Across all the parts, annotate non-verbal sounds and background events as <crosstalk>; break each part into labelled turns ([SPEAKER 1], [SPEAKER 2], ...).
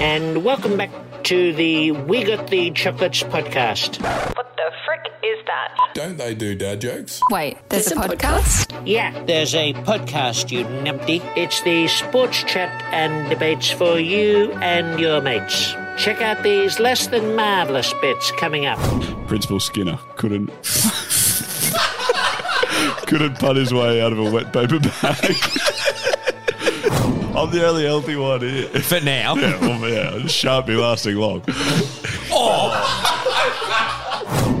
[SPEAKER 1] And welcome back to the We Got the Chocolates podcast.
[SPEAKER 2] What the frick is that?
[SPEAKER 3] Don't they do dad jokes?
[SPEAKER 4] Wait, there's, a, podcast?
[SPEAKER 1] Yeah, there's a podcast, you numpty. It's the sports chat and debates for you and your mates. Check out these less than marvellous bits coming up.
[SPEAKER 3] Principal Skinner couldn't <laughs> couldn't putt his way out of a wet paper
[SPEAKER 5] <laughs>
[SPEAKER 3] bag. I'm the only healthy one here.
[SPEAKER 6] For now.
[SPEAKER 3] Yeah, well, yeah, I just shan't be lasting long.
[SPEAKER 5] In Oh.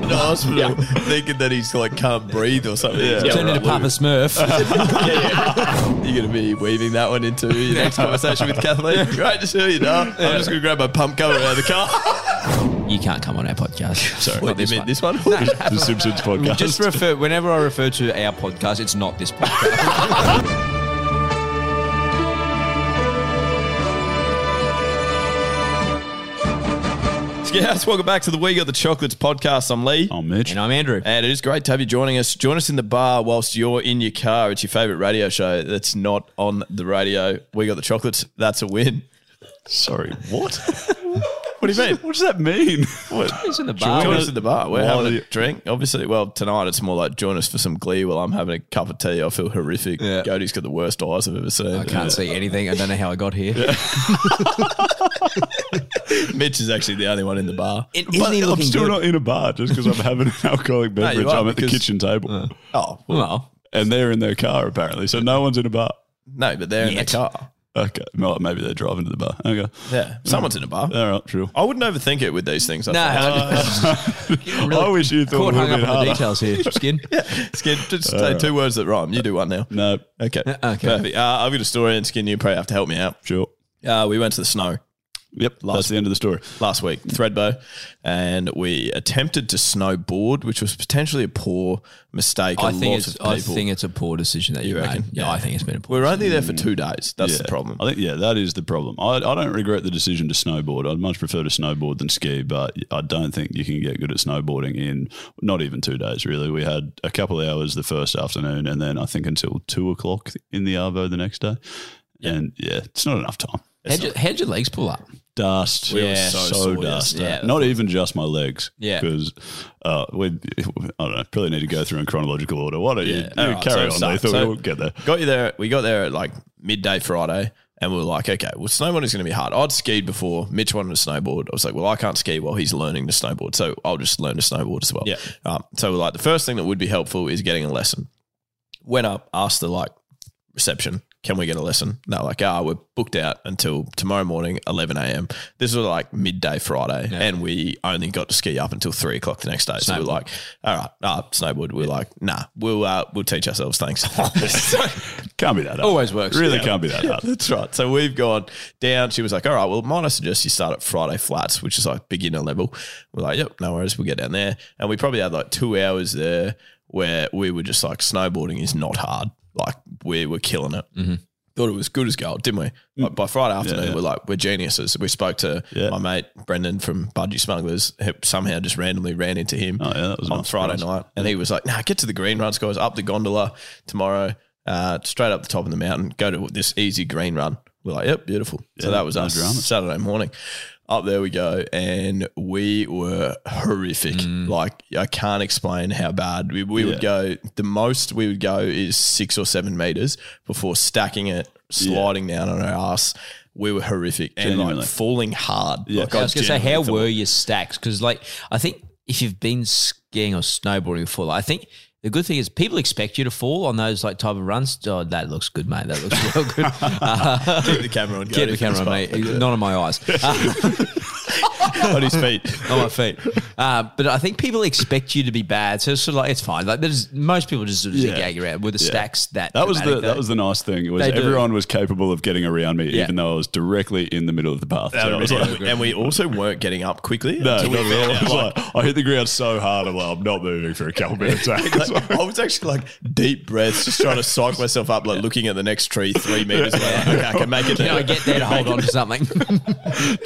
[SPEAKER 5] <laughs> the hospital, thinking that he's like can't breathe or something. Yeah,
[SPEAKER 6] Turn into Papa
[SPEAKER 5] <laughs>
[SPEAKER 6] Smurf.
[SPEAKER 5] You're gonna be weaving that one into your next conversation with Kathleen. Great to see you, darling. I'm just gonna grab my pump cover out of the car.
[SPEAKER 6] you can't come on our podcast. Sorry.
[SPEAKER 5] What do you mean? This one?
[SPEAKER 3] The Simpsons podcast.
[SPEAKER 6] Just refer, whenever I refer to our podcast, it's not this podcast.
[SPEAKER 5] Yes, welcome back to the We Got the Chocolates podcast. I'm Lee.
[SPEAKER 3] oh, Mitch.
[SPEAKER 6] and I'm Andrew.
[SPEAKER 5] And it is great to have you joining us. Join us in the bar whilst you're in your car. It's your favourite radio show that's not on the radio. We got the chocolates. That's a win.
[SPEAKER 3] Sorry, what?
[SPEAKER 5] <laughs> What do you mean?
[SPEAKER 3] what does that mean? What?
[SPEAKER 6] He's in the bar.
[SPEAKER 5] Join us at the bar. We're
[SPEAKER 3] Why
[SPEAKER 5] having
[SPEAKER 3] do
[SPEAKER 5] a
[SPEAKER 3] you-
[SPEAKER 5] drink, obviously. Well, tonight it's more like join us for some glee while I'm having a cup of tea. I feel horrific.
[SPEAKER 6] Yeah.
[SPEAKER 5] Cody's got the worst eyes I've ever seen.
[SPEAKER 6] I can't see anything. I don't know how I got here.
[SPEAKER 5] <laughs> Mitch is actually the only one in the bar.
[SPEAKER 6] And isn't he
[SPEAKER 3] I'm
[SPEAKER 6] looking
[SPEAKER 3] still
[SPEAKER 6] good?
[SPEAKER 3] not in a bar just because
[SPEAKER 6] <laughs>
[SPEAKER 3] I'm having an alcoholic
[SPEAKER 5] you
[SPEAKER 3] beverage.
[SPEAKER 5] are,
[SPEAKER 3] I'm at the
[SPEAKER 5] because-
[SPEAKER 3] kitchen table,
[SPEAKER 5] oh, well,
[SPEAKER 6] well,
[SPEAKER 3] and they're in their car apparently. So no one's in a bar.
[SPEAKER 5] no, but they're in the
[SPEAKER 6] Yet.
[SPEAKER 5] car.
[SPEAKER 3] Okay, well, maybe they're driving to the bar. Okay,
[SPEAKER 5] Yeah, someone's in a bar.
[SPEAKER 3] all right, <laughs>
[SPEAKER 5] <laughs>
[SPEAKER 3] true.
[SPEAKER 5] I wouldn't overthink it with these things. I
[SPEAKER 6] no.
[SPEAKER 5] think. <laughs>
[SPEAKER 3] I wish you
[SPEAKER 6] Caught
[SPEAKER 3] thought a
[SPEAKER 6] hung
[SPEAKER 3] little
[SPEAKER 6] up on
[SPEAKER 3] bit
[SPEAKER 6] the
[SPEAKER 3] harder.
[SPEAKER 6] details
[SPEAKER 3] <laughs>
[SPEAKER 6] here, Skin.
[SPEAKER 5] Skin, just say two words that rhyme. You do one now.
[SPEAKER 3] No,
[SPEAKER 5] Okay.
[SPEAKER 6] <laughs> okay.
[SPEAKER 5] Perfect. Uh, I've got a story, and Skin, you probably have to help me out.
[SPEAKER 3] sure.
[SPEAKER 5] Uh, we went to the snow
[SPEAKER 3] Yep, that's the end of the story.
[SPEAKER 5] last week, Threadbow, and we attempted to snowboard, which was potentially a poor mistake.
[SPEAKER 6] I
[SPEAKER 5] on
[SPEAKER 6] think
[SPEAKER 5] lots
[SPEAKER 6] it's.
[SPEAKER 5] of
[SPEAKER 6] I
[SPEAKER 5] people.
[SPEAKER 6] think it's a poor decision that you, made.
[SPEAKER 5] reckon?
[SPEAKER 6] Yeah, I think it's been a poor.
[SPEAKER 5] we were only there for two days. That's the
[SPEAKER 3] Yeah.
[SPEAKER 5] problem.
[SPEAKER 3] I think yeah, that is the problem. I, I don't regret the decision to snowboard. I'd much prefer to snowboard than ski, but I don't think you can get good at snowboarding in not even two days. Really, we had a couple of hours the first afternoon, and then I think until two o'clock in the arvo the next day. And yeah, it's not enough time.
[SPEAKER 6] How'd, you, how'd your legs pull up?
[SPEAKER 3] Dust,
[SPEAKER 5] We were
[SPEAKER 3] yeah,
[SPEAKER 5] so
[SPEAKER 3] so,
[SPEAKER 5] sore, yeah.
[SPEAKER 3] dust.
[SPEAKER 6] Yeah.
[SPEAKER 3] not even just my legs.
[SPEAKER 6] Yeah.
[SPEAKER 3] because uh, we, <laughs> I don't know. Probably need to go through in chronological order. Why don't you,
[SPEAKER 5] Yeah.
[SPEAKER 3] you
[SPEAKER 5] All right, so
[SPEAKER 3] carry on?
[SPEAKER 5] start.
[SPEAKER 3] Lee, thought
[SPEAKER 5] So-
[SPEAKER 3] we'll get there.
[SPEAKER 5] Got you there. We got there at like midday Friday, and we were like, okay, well, snowboarding's going to be hard. I'd skied before. Mitch wanted to snowboard. I was like, well, I can't ski while he's learning to snowboard, so I'll just learn to snowboard as well.
[SPEAKER 3] Yeah.
[SPEAKER 5] Um, so we're like, the first thing that would be helpful is getting a lesson. Went up, asked the like reception, can we get a lesson? And they're like, ah, we're booked out until tomorrow morning, eleven a.m. This was like midday Friday,
[SPEAKER 6] Yeah.
[SPEAKER 5] and we only got to ski up until three o'clock the next day. So we're
[SPEAKER 6] Snowboard.
[SPEAKER 5] like, all right, ah, snowboard. We're like, nah, we'll uh, we'll teach
[SPEAKER 6] <laughs>
[SPEAKER 5] ourselves. Thanks. <laughs>
[SPEAKER 3] Can't be that. Hard.
[SPEAKER 6] Always works.
[SPEAKER 3] Really
[SPEAKER 5] Yeah.
[SPEAKER 3] can't be
[SPEAKER 5] <laughs>
[SPEAKER 3] that
[SPEAKER 5] Yeah,
[SPEAKER 3] hard.
[SPEAKER 5] that's right. So we've gone down. She was like, all right, well, mine, I suggest you start at Friday Flats, which is like beginner level. We're like, yep, no worries. We'll get down there. And we probably had like two hours there where we were just like, snowboarding is not hard. Like, we were killing it. Thought it was good as gold, didn't we? Like, by Friday afternoon,
[SPEAKER 3] Mm-hmm. yeah.
[SPEAKER 5] we're like, we're geniuses. We spoke to
[SPEAKER 3] Yeah.
[SPEAKER 5] my mate, Brendan from Budgie Smugglers, who somehow just randomly ran into him
[SPEAKER 3] Oh, yeah, that was
[SPEAKER 5] on
[SPEAKER 3] nice.
[SPEAKER 5] Friday
[SPEAKER 3] Nice.
[SPEAKER 5] night, and he was like, "Nah, get to the green runs, guys. Up the gondola tomorrow, uh, straight up the top of the mountain. Go to this easy green run." We're like, yep, beautiful. so
[SPEAKER 3] Yeah,
[SPEAKER 5] that was
[SPEAKER 3] no
[SPEAKER 5] us
[SPEAKER 3] dramas.
[SPEAKER 5] Saturday morning. Up there we go, and we were horrific.
[SPEAKER 2] Mm.
[SPEAKER 5] Like I can't explain how bad we, we would go. The most we would go is six or seven meters before stacking it, sliding down on our ass. We were horrific and
[SPEAKER 3] Genuinely.
[SPEAKER 5] like falling hard.
[SPEAKER 3] Yeah.
[SPEAKER 5] Like,
[SPEAKER 3] I
[SPEAKER 2] I was going to say, how
[SPEAKER 3] genuinely
[SPEAKER 2] were your stacks? Because, like, I think if you've been skiing or snowboarding before, like, I think the good thing is people expect you to fall on those like type of runs. Oh, that looks good, mate. That looks real good. Uh,
[SPEAKER 5] keep the camera on.
[SPEAKER 2] Get the camera on, mate.
[SPEAKER 3] <laughs>
[SPEAKER 2] Not on my eyes, Uh,
[SPEAKER 5] on his
[SPEAKER 2] <laughs>
[SPEAKER 5] feet.
[SPEAKER 2] on my feet.
[SPEAKER 5] <laughs>
[SPEAKER 2] Uh, but I think people expect you to be bad, so it's sort of like it's fine. Like there's most people just sort of
[SPEAKER 3] Yeah.
[SPEAKER 2] gag you around with the
[SPEAKER 3] Yeah.
[SPEAKER 2] stacks. That
[SPEAKER 3] That was the
[SPEAKER 2] dramatic,
[SPEAKER 3] that
[SPEAKER 2] though.
[SPEAKER 3] was the nice thing. It was
[SPEAKER 2] They do.
[SPEAKER 3] everyone was capable of getting around me,
[SPEAKER 2] Yeah.
[SPEAKER 3] even though I was directly in the middle of the path. So I was like,
[SPEAKER 5] and, we, and we also weren't getting up quickly.
[SPEAKER 3] no,
[SPEAKER 5] until we
[SPEAKER 3] not at all. <laughs> I
[SPEAKER 5] found
[SPEAKER 3] was
[SPEAKER 5] out,
[SPEAKER 3] like, I hit the ground so hard, I'm like, I'm not moving for a couple minutes. <laughs>
[SPEAKER 5] like, I was actually like deep breaths, just trying to psych myself up, like looking at the next tree three meters. away. okay, I can make it.
[SPEAKER 2] You know, I get there to hold on to something.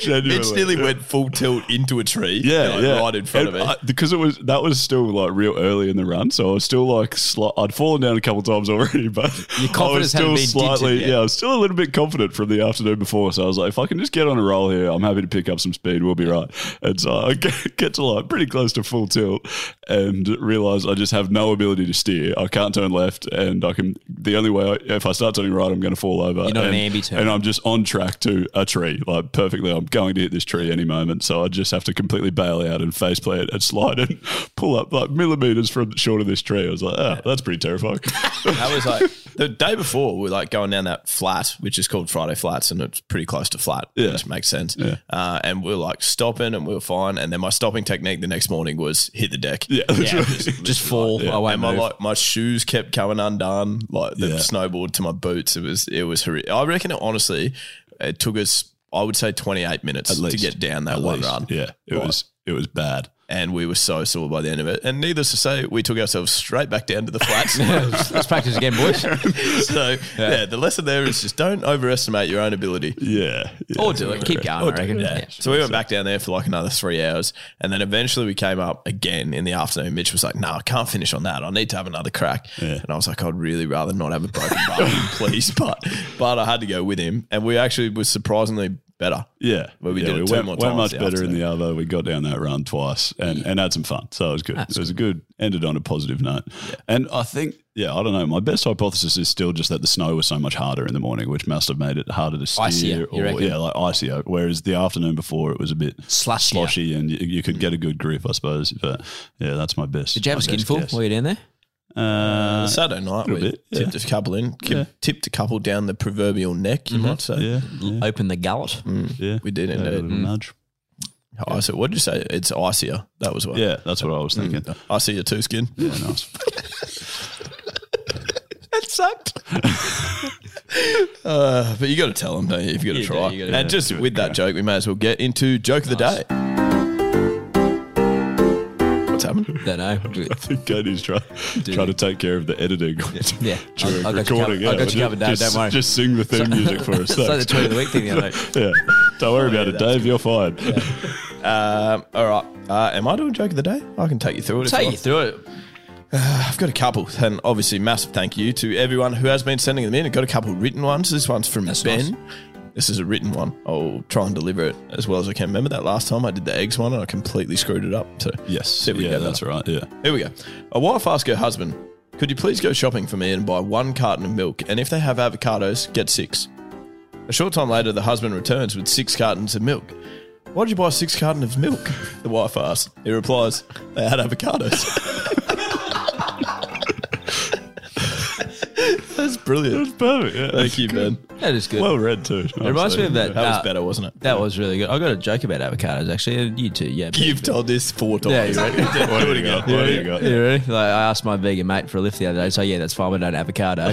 [SPEAKER 3] Genuinely.
[SPEAKER 5] Mitch nearly went full tilt into a tree.
[SPEAKER 3] Yeah,
[SPEAKER 5] like,
[SPEAKER 3] yeah,
[SPEAKER 5] right in front
[SPEAKER 3] And
[SPEAKER 5] of me.
[SPEAKER 3] I- because it was that was still like real early in the run, so I was still like sli- I'd fallen down a couple times already, <laughs> but
[SPEAKER 2] Your
[SPEAKER 3] I was
[SPEAKER 2] confidence hadn't
[SPEAKER 3] still
[SPEAKER 2] been dented
[SPEAKER 3] slightly,
[SPEAKER 2] yet.
[SPEAKER 3] yeah, I was still a little bit confident from the afternoon before. So I was like, if I can just get on a roll here, I'm happy to pick up some speed. We'll be right. And so I <laughs> get, get to like pretty close to full tilt and realize I just have no ability to steer. I can't turn left, and I can the only way I, if I start turning right, I'm going to fall over.
[SPEAKER 2] You're not an
[SPEAKER 3] and,
[SPEAKER 2] ambi-turn.
[SPEAKER 3] and I'm just on track to a tree, like perfectly. I'm going to hit this tree any moment, so I just have to completely bail out and face plant and <laughs> slide and pull up like millimeters from short of this tree. I was like, oh, that's pretty terrifying. <laughs>
[SPEAKER 5] That was like the day before we were like going down that flat, which is called Friday Flats, and it's pretty close to flat,
[SPEAKER 3] Yeah.
[SPEAKER 5] which makes sense. Uh, and we were like stopping and we were fine. And then my stopping technique the next morning was hit the deck.
[SPEAKER 3] yeah,
[SPEAKER 2] yeah,
[SPEAKER 3] literally.
[SPEAKER 2] just, just fall. I won't
[SPEAKER 5] and my
[SPEAKER 2] move.
[SPEAKER 5] like my shoes kept coming undone, like the
[SPEAKER 3] Yeah.
[SPEAKER 5] snowboard to my boots. It was it was horrific. I reckon it honestly, it took us I would say twenty eight minutes
[SPEAKER 3] At
[SPEAKER 5] to
[SPEAKER 3] least.
[SPEAKER 5] get down that
[SPEAKER 3] At
[SPEAKER 5] one
[SPEAKER 3] least.
[SPEAKER 5] run.
[SPEAKER 3] Yeah, it
[SPEAKER 5] Right.
[SPEAKER 3] was it was bad.
[SPEAKER 5] And we were so sore by the end of it. And needless to say, we took ourselves straight back down to
[SPEAKER 2] <laughs>
[SPEAKER 5] the flats.
[SPEAKER 2] Let's practice again, boys.
[SPEAKER 5] <laughs> so yeah. the lesson there is just don't overestimate your own ability.
[SPEAKER 3] Yeah, yeah.
[SPEAKER 5] Oh,
[SPEAKER 2] Or do it. Keep going, I reckon.
[SPEAKER 5] Yeah.
[SPEAKER 2] Yeah.
[SPEAKER 5] So we went back down there for like another three hours. And then eventually we came up again in the afternoon. Mitch was like, no, I can't finish on that. I need to have another crack. And I was like, I'd really rather not have a broken
[SPEAKER 2] <laughs>
[SPEAKER 5] bone, please. But but I had to go with him. And we actually was surprisingly better.
[SPEAKER 3] Yeah,
[SPEAKER 5] Well, we
[SPEAKER 3] Yeah,
[SPEAKER 5] did it two
[SPEAKER 3] went,
[SPEAKER 5] more
[SPEAKER 3] went
[SPEAKER 5] times
[SPEAKER 3] much
[SPEAKER 5] the
[SPEAKER 3] better in the other. We got down that run twice and, and had some fun, so it was good. it was a good ended on a positive note. And I think, yeah, I don't know. My best hypothesis is still just that the snow was so much harder in the morning, which must have made it harder to steer.
[SPEAKER 2] Icier, you
[SPEAKER 3] or
[SPEAKER 2] reckon?
[SPEAKER 3] yeah, like icier. Whereas the afternoon before it was a bit
[SPEAKER 2] Slushier.
[SPEAKER 3] sloshy, and you, you
[SPEAKER 5] Mm.
[SPEAKER 3] could get a good grip, I suppose. But yeah, that's my best.
[SPEAKER 2] Did you have a
[SPEAKER 3] my best
[SPEAKER 2] skinful
[SPEAKER 3] guess.
[SPEAKER 2] while you were down there?
[SPEAKER 3] Uh,
[SPEAKER 5] Saturday night,
[SPEAKER 3] little
[SPEAKER 5] we
[SPEAKER 3] bit, yeah.
[SPEAKER 5] tipped a couple in, ki- tipped a couple down the proverbial neck, you might say.
[SPEAKER 3] yeah, yeah,
[SPEAKER 2] Open the gullet.
[SPEAKER 3] yeah.
[SPEAKER 5] We did
[SPEAKER 3] Yeah,
[SPEAKER 5] end
[SPEAKER 3] a
[SPEAKER 5] it.
[SPEAKER 3] little
[SPEAKER 2] Mm.
[SPEAKER 3] nudge.
[SPEAKER 5] Oh, I said, what did you say? It's icier. That was what.
[SPEAKER 3] Yeah, that's what I was thinking.
[SPEAKER 5] I see your two skin.
[SPEAKER 3] Yeah, <laughs> nice.
[SPEAKER 5] <laughs> That sucked. <laughs> uh, but you got to tell them, don't you? If you got to
[SPEAKER 2] You do,
[SPEAKER 5] try.
[SPEAKER 2] you
[SPEAKER 5] and
[SPEAKER 2] gotta-
[SPEAKER 5] just with that joke, we may as well get into joke of the day. What's happened?
[SPEAKER 2] Don't know.
[SPEAKER 3] think Katie's trying trying to take care of the editing. <laughs>
[SPEAKER 2] Yeah.
[SPEAKER 3] during
[SPEAKER 2] I- I got you
[SPEAKER 3] recording.
[SPEAKER 2] covered- I
[SPEAKER 3] yeah.
[SPEAKER 2] got you covered, Dave,
[SPEAKER 3] Just-
[SPEAKER 2] don't worry.
[SPEAKER 3] Just sing the theme music
[SPEAKER 2] <laughs>
[SPEAKER 3] for us.
[SPEAKER 2] It's like the
[SPEAKER 3] thanks.
[SPEAKER 2] tweet of the week thing the other day.
[SPEAKER 3] <laughs> yeah, don't worry about it, Dave. You're fine. <laughs>
[SPEAKER 5] Um, all right. Uh, am I doing joke of the day? I can take you through it. if
[SPEAKER 2] Take
[SPEAKER 5] want. Uh,
[SPEAKER 2] you through it.
[SPEAKER 5] I've got a couple, and obviously, massive thank you to everyone who has been sending them in. I've got a couple written ones. This one's from Ben. This is a written one. I'll try and deliver it as well as I can. Remember that last time I did the eggs one and I completely screwed it up. So see if we can
[SPEAKER 3] yeah,
[SPEAKER 5] get that
[SPEAKER 3] that's
[SPEAKER 5] up.
[SPEAKER 3] right. Yeah,
[SPEAKER 5] Here we go. A wife asks her husband, Could you please go shopping for me and buy one carton of milk? And if they have avocados, get six. A short time later, the husband returns with six cartons of milk. Why did you buy six cartons of milk? <laughs> The wife asks. He replies, They had avocados. <laughs> That's brilliant.
[SPEAKER 3] perfect. Yeah,
[SPEAKER 5] Thank you, Ben.
[SPEAKER 2] That is good.
[SPEAKER 3] Well read too.
[SPEAKER 2] it reminds me of that.
[SPEAKER 5] That was
[SPEAKER 2] uh,
[SPEAKER 5] better,
[SPEAKER 3] <laughs>
[SPEAKER 5] wasn't it?
[SPEAKER 2] That was really good. I got a joke about avocados actually. and You too, yeah.
[SPEAKER 5] You've told this four
[SPEAKER 2] Yeah,
[SPEAKER 5] times.
[SPEAKER 2] you're
[SPEAKER 3] <laughs>
[SPEAKER 2] right.
[SPEAKER 5] Do it
[SPEAKER 3] What do you
[SPEAKER 5] again.
[SPEAKER 3] got? What do you
[SPEAKER 2] Yeah,
[SPEAKER 3] got?
[SPEAKER 2] really? Like, I asked my vegan mate for a lift the other day. So yeah, that's fine. We don't have
[SPEAKER 5] <laughs>
[SPEAKER 2] avocado.
[SPEAKER 3] <laughs>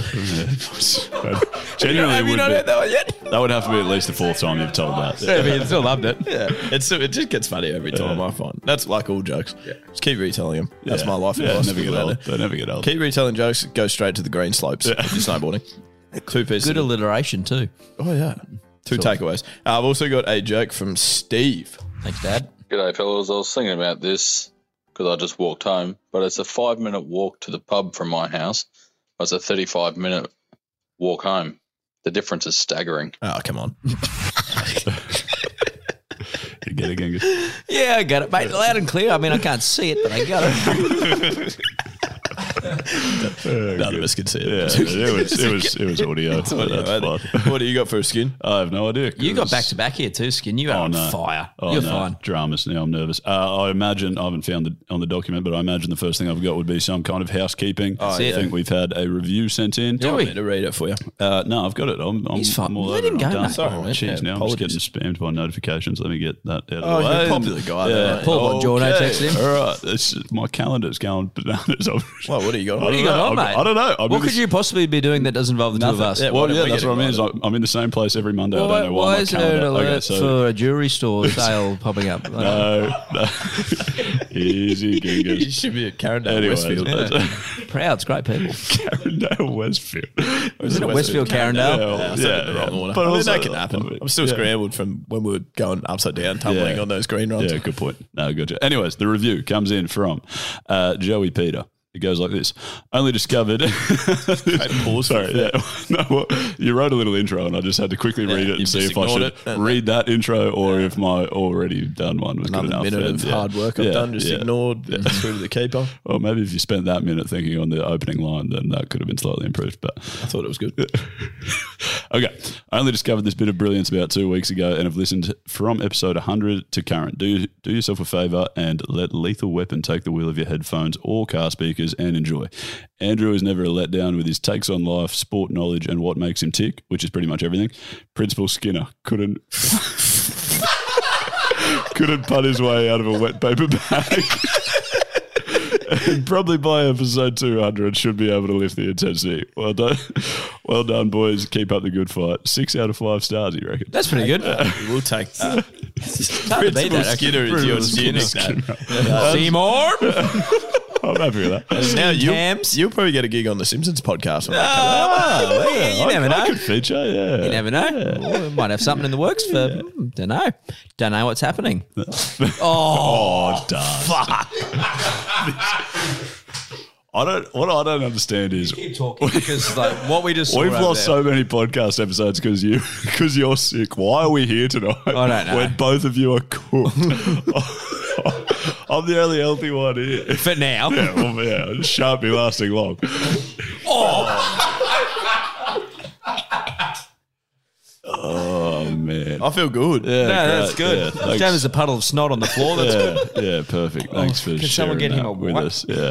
[SPEAKER 3] Genuinely, would be-
[SPEAKER 2] that one
[SPEAKER 5] <laughs>
[SPEAKER 2] yet?
[SPEAKER 3] that would have to be at least the fourth time you've told that.
[SPEAKER 2] I mean, still loved it.
[SPEAKER 5] Yeah, it's it just gets funny every time. I find that's like all jokes. Just keep retelling them. That's
[SPEAKER 3] Yeah.
[SPEAKER 5] my life
[SPEAKER 3] Yeah,
[SPEAKER 5] advice.
[SPEAKER 3] never
[SPEAKER 5] for
[SPEAKER 3] get
[SPEAKER 5] the
[SPEAKER 3] old.
[SPEAKER 5] latter.
[SPEAKER 3] They never get old.
[SPEAKER 5] Keep retelling jokes. Go straight to the green slopes. If you're snowboarding. Two pieces.
[SPEAKER 2] Good alliteration too.
[SPEAKER 5] oh yeah. Two takeaways. Uh, I've also got a joke from Steve.
[SPEAKER 2] Thanks, Dad.
[SPEAKER 6] <laughs> G'day, fellas. I was thinking about this because I just walked home, but it's a five minute walk to the pub from my house. But it's a 35 minute walk home.
[SPEAKER 7] The difference is staggering.
[SPEAKER 6] Oh, come on.
[SPEAKER 3] You get it, Genghis?
[SPEAKER 5] <laughs> Yeah, I got it, mate. Loud and clear. I mean, I can't see it, but I got
[SPEAKER 3] <laughs>
[SPEAKER 5] it.
[SPEAKER 6] None of us could
[SPEAKER 5] <laughs>
[SPEAKER 6] see it.
[SPEAKER 3] Yeah, it was it was it was audio.
[SPEAKER 6] It's audio,
[SPEAKER 3] That's
[SPEAKER 6] right?
[SPEAKER 3] fine.
[SPEAKER 6] What do you got for a skin?
[SPEAKER 3] I have no idea.
[SPEAKER 5] you got
[SPEAKER 3] 'cause-
[SPEAKER 5] back to back here too, Skin. You are on fire.
[SPEAKER 3] Oh,
[SPEAKER 5] You're
[SPEAKER 3] no.
[SPEAKER 5] fine.
[SPEAKER 3] Dramas now. I'm nervous. Uh, I imagine I haven't found it on the document, but I imagine the first thing I've got would be some kind of housekeeping.
[SPEAKER 6] Oh,
[SPEAKER 3] I
[SPEAKER 5] yeah.
[SPEAKER 3] think we've had a review sent in.
[SPEAKER 5] Do
[SPEAKER 3] Oh,
[SPEAKER 5] we?
[SPEAKER 6] I'm to read it for you.
[SPEAKER 3] Uh, no, I've got it. I'm, I'm
[SPEAKER 5] He's fine.
[SPEAKER 3] I'm all
[SPEAKER 5] Let
[SPEAKER 3] over
[SPEAKER 5] him
[SPEAKER 3] it.
[SPEAKER 5] go,
[SPEAKER 3] I'm done.
[SPEAKER 5] mate.
[SPEAKER 3] Sorry,
[SPEAKER 6] Oh,
[SPEAKER 3] man.
[SPEAKER 6] man.
[SPEAKER 3] Jeez, now I'm just getting spammed by notifications. Let me get that out of
[SPEAKER 6] Oh,
[SPEAKER 3] the
[SPEAKER 6] you're
[SPEAKER 3] way.
[SPEAKER 6] a popular guy, though, aren't you?
[SPEAKER 5] Paul Von Giorno texted him.
[SPEAKER 3] All right, it's, my calendar's going <laughs> bananas.
[SPEAKER 6] Well, Oh, what do you got?
[SPEAKER 3] What do
[SPEAKER 5] You
[SPEAKER 3] I
[SPEAKER 5] got on,
[SPEAKER 3] don't know.
[SPEAKER 5] mate.
[SPEAKER 3] I don't know. I'm
[SPEAKER 5] what
[SPEAKER 3] in
[SPEAKER 5] could
[SPEAKER 3] this-
[SPEAKER 5] you possibly be doing that doesn't involve the two of us?
[SPEAKER 6] Yeah,
[SPEAKER 3] Well,
[SPEAKER 6] why
[SPEAKER 3] yeah,
[SPEAKER 6] don't we
[SPEAKER 3] that's
[SPEAKER 6] get
[SPEAKER 3] what I
[SPEAKER 6] it
[SPEAKER 3] mean. Is I'm I'm in the same place every Monday. I don't know why,
[SPEAKER 5] why
[SPEAKER 3] my
[SPEAKER 5] is there
[SPEAKER 3] calendar.
[SPEAKER 5] an alert
[SPEAKER 3] okay, so
[SPEAKER 6] <laughs>
[SPEAKER 5] for a jewelry store sale popping up?
[SPEAKER 3] no, no. <laughs> easy,
[SPEAKER 5] <laughs>
[SPEAKER 6] You
[SPEAKER 3] Gingers.
[SPEAKER 6] should be at Carindale
[SPEAKER 3] Anyway,
[SPEAKER 6] Westfield.
[SPEAKER 3] that's-
[SPEAKER 5] Proud, it's
[SPEAKER 6] <laughs>
[SPEAKER 5] great people.
[SPEAKER 3] Carindale Westfield. <laughs>
[SPEAKER 5] Isn't it Westfield Carindale?
[SPEAKER 6] Yeah, I
[SPEAKER 3] Yeah,
[SPEAKER 6] said it
[SPEAKER 3] yeah,
[SPEAKER 6] the wrong
[SPEAKER 3] yeah.
[SPEAKER 6] order.
[SPEAKER 3] But
[SPEAKER 6] I mean,
[SPEAKER 3] also-
[SPEAKER 6] that can happen. I'm still
[SPEAKER 3] yeah.
[SPEAKER 6] scrambled from when we were going upside down, tumbling
[SPEAKER 3] Yeah.
[SPEAKER 6] on those green runs.
[SPEAKER 3] Yeah, good point. No, gotcha. Anyways, the review comes in from uh, Joey Peter. It goes like this. Only discovered. <laughs>
[SPEAKER 6] pause for
[SPEAKER 3] Sorry, yeah. No, well, you wrote a little intro, and I just had to quickly read it and
[SPEAKER 6] you've
[SPEAKER 3] see
[SPEAKER 6] just
[SPEAKER 3] if I should
[SPEAKER 6] ignored it.
[SPEAKER 3] read that intro or if my already done one was
[SPEAKER 6] Another
[SPEAKER 3] good enough.
[SPEAKER 6] minute
[SPEAKER 3] And,
[SPEAKER 6] of
[SPEAKER 3] yeah.
[SPEAKER 6] hard work I've
[SPEAKER 3] Yeah,
[SPEAKER 6] done, just
[SPEAKER 3] yeah.
[SPEAKER 6] ignored through to the keeper.
[SPEAKER 3] Well, maybe if you spent that minute thinking on the opening line, then that could have been slightly improved. But
[SPEAKER 6] I thought it was good.
[SPEAKER 3] <laughs> okay, I only discovered this bit of brilliance about two weeks ago, and have listened from episode 100 to current. Do do yourself a favor and let Lethal Weapon take the wheel of your headphones or car speakers and enjoy. Andrew is never a letdown with his takes on life, sport knowledge, and what makes him tick, which is pretty much everything. Principal Skinner couldn't. <laughs> Couldn't putt his way out of a wet paper bag. Probably by episode 200 should be able to lift the intensity. Well done. Well done, boys. Keep up the good fight. Six out of five stars, you reckon?
[SPEAKER 5] That's pretty good.
[SPEAKER 3] Uh,
[SPEAKER 5] <laughs>
[SPEAKER 6] we'll take
[SPEAKER 5] Hard to beat
[SPEAKER 6] Principal
[SPEAKER 5] that, actually.
[SPEAKER 6] Skinner
[SPEAKER 5] Uh,
[SPEAKER 6] is your
[SPEAKER 3] Principal
[SPEAKER 6] new nickname.
[SPEAKER 3] Skinner.
[SPEAKER 5] Seymour.
[SPEAKER 3] I'm happy with that. <laughs>
[SPEAKER 6] Now you,
[SPEAKER 5] Tams.
[SPEAKER 6] you'll probably get a gig on The Simpsons podcast. when that
[SPEAKER 5] Ah, well, yeah, you
[SPEAKER 3] I-
[SPEAKER 5] never
[SPEAKER 3] I
[SPEAKER 5] know.
[SPEAKER 3] could feature, yeah.
[SPEAKER 5] You never know. Well, we might have something in the works for.
[SPEAKER 2] hmm,
[SPEAKER 5] Don't know. Don't know what's happening.
[SPEAKER 3] Oh, darn. Fuck. I don't, what I don't understand is
[SPEAKER 5] Keep talking because like what we just saw
[SPEAKER 3] We've
[SPEAKER 5] over
[SPEAKER 3] lost
[SPEAKER 5] there-
[SPEAKER 3] so many podcast episodes because you <laughs> because you're sick. Why are we here tonight?
[SPEAKER 5] I don't know.
[SPEAKER 3] When both of you are cooked, <laughs> I'm the only healthy one here.
[SPEAKER 5] for now.
[SPEAKER 3] Yeah, well, yeah, it shan't be lasting long. Oh, man.
[SPEAKER 6] I feel good.
[SPEAKER 3] Yeah,
[SPEAKER 5] No, that's
[SPEAKER 3] great.
[SPEAKER 5] good.
[SPEAKER 3] Yeah,
[SPEAKER 5] Yeah,
[SPEAKER 3] thanks.
[SPEAKER 5] There's a puddle of snot on the floor. That's good.
[SPEAKER 3] yeah, yeah, perfect. Thanks for
[SPEAKER 5] Oh, Can
[SPEAKER 3] sharing
[SPEAKER 5] someone get him
[SPEAKER 3] that
[SPEAKER 5] a
[SPEAKER 3] with
[SPEAKER 5] wipe?
[SPEAKER 3] us. Yeah.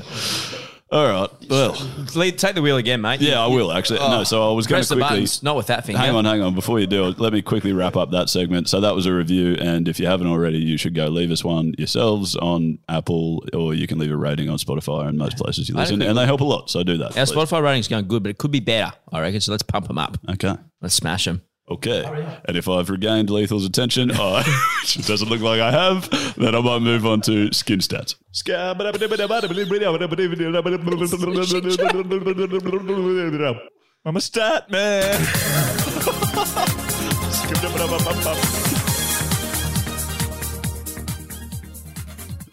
[SPEAKER 3] All right. Well,
[SPEAKER 5] Lead, take the wheel again, mate.
[SPEAKER 3] yeah, I will actually. No, so I was going
[SPEAKER 5] Oh, Press
[SPEAKER 3] to
[SPEAKER 5] the
[SPEAKER 3] quickly.
[SPEAKER 5] buttons. Not with that thing.
[SPEAKER 3] Hang
[SPEAKER 5] yeah.
[SPEAKER 3] on, hang on. Before you do it, let me quickly wrap up that segment. So that was a review, and if you haven't already, you should go leave us one yourselves on Apple, or you can leave a rating on Spotify and most places you
[SPEAKER 5] don't
[SPEAKER 3] listen,
[SPEAKER 5] think
[SPEAKER 3] and they help a lot. So do that.
[SPEAKER 5] Our
[SPEAKER 3] please.
[SPEAKER 5] Spotify rating's going good, but it could be better, I reckon. So let's pump them up.
[SPEAKER 3] Okay.
[SPEAKER 5] Let's smash them.
[SPEAKER 3] Okay. And if I've regained Lethal's attention, I, which it doesn't look like I have, then I might move on to skin stats. I'm a stat man.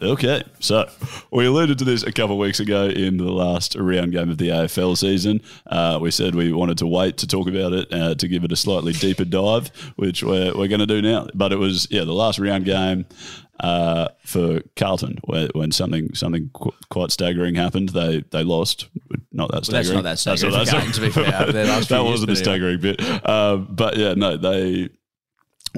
[SPEAKER 3] Okay, so we alluded to this a couple of weeks ago in the last round game of the AFL season. Uh, we said we wanted to wait to talk about it uh, to give it a slightly deeper dive, which we're, we're going to do now. But it was yeah the last round game uh, for Carlton where, when something something qu- quite staggering happened. They they lost. Not that
[SPEAKER 5] Well, that's
[SPEAKER 3] staggering.
[SPEAKER 5] not that staggering
[SPEAKER 3] not
[SPEAKER 5] for Carlton, to be fair. Their last few
[SPEAKER 3] <laughs> that
[SPEAKER 5] years,
[SPEAKER 3] wasn't a
[SPEAKER 5] but anyway.
[SPEAKER 3] staggering bit. Uh, but yeah, no, they